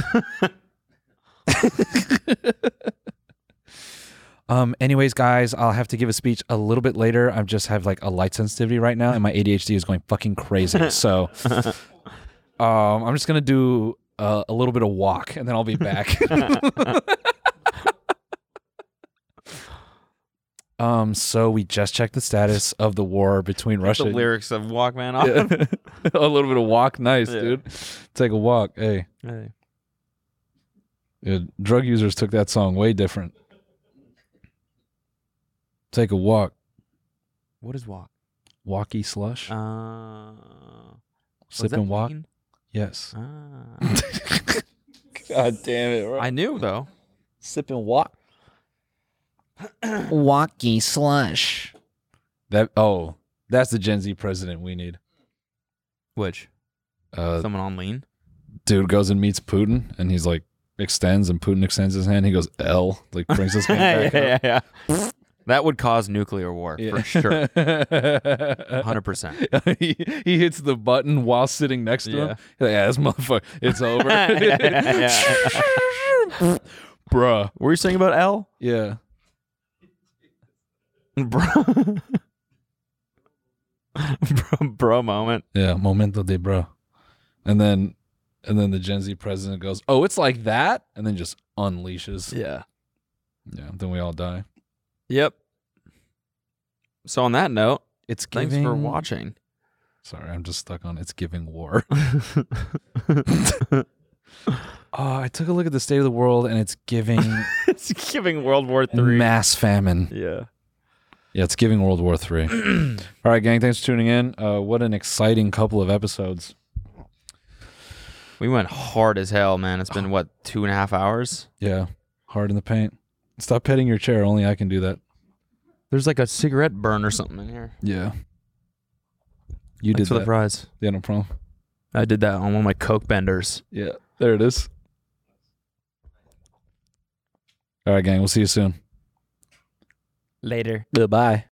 um, anyways, guys, I'll have to give a speech a little bit later. I just have like a light sensitivity right now, and my ADHD is going fucking crazy. So, um, I'm just gonna do uh, a little bit of walk, and then I'll be back. um, so we just checked the status of the war between Russia. The lyrics of Walkman. Off. Yeah. a little bit of walk, nice, Yeah. dude. Take a walk, hey. Hey. Yeah, drug users took that song way different. Take a walk, What is walk? walkie slush, Uh, oh, is slip that and walk. lean? Yes. Ah. God damn it! I knew though. Slip and walk. walkie slush. That oh, that's the Gen Z president we need. Which Uh, someone on lean? dude goes and meets Putin, and he's like extends, and Putin extends his hand. He goes L, like brings his hand back up. yeah, yeah. That would cause nuclear war for sure. sure. 100%. he, he hits the button while sitting next to him. He's like, yeah, this motherfucker, it's over. Bruh. Were you saying about L? Yeah. Bro. bro, bro moment. Yeah. Momento de bro. And then and then the Gen Z president goes, Oh, it's like that? And then just unleashes. Yeah. Yeah. then we all die. Yep. So on that note, It's giving thanks for watching. Sorry, I'm just stuck on it's giving war. it's Oh, I took a look at the state of the world and it's giving giving World War Three. mass famine. Yeah. Yeah, it's giving World War Three. All right, gang, thanks for tuning in. Uh, what an exciting couple of episodes. We went hard as hell, man. It's been what, two and a half hours? Yeah, hard in the paint. Stop petting your chair. Only I can do that. There's like a cigarette burn or something in here. Yeah. You Thanks did for the that. prize. yeah, no problem. I did that on one of my coke benders. Yeah, there it is. All right, gang. We'll see you soon. Later. Goodbye.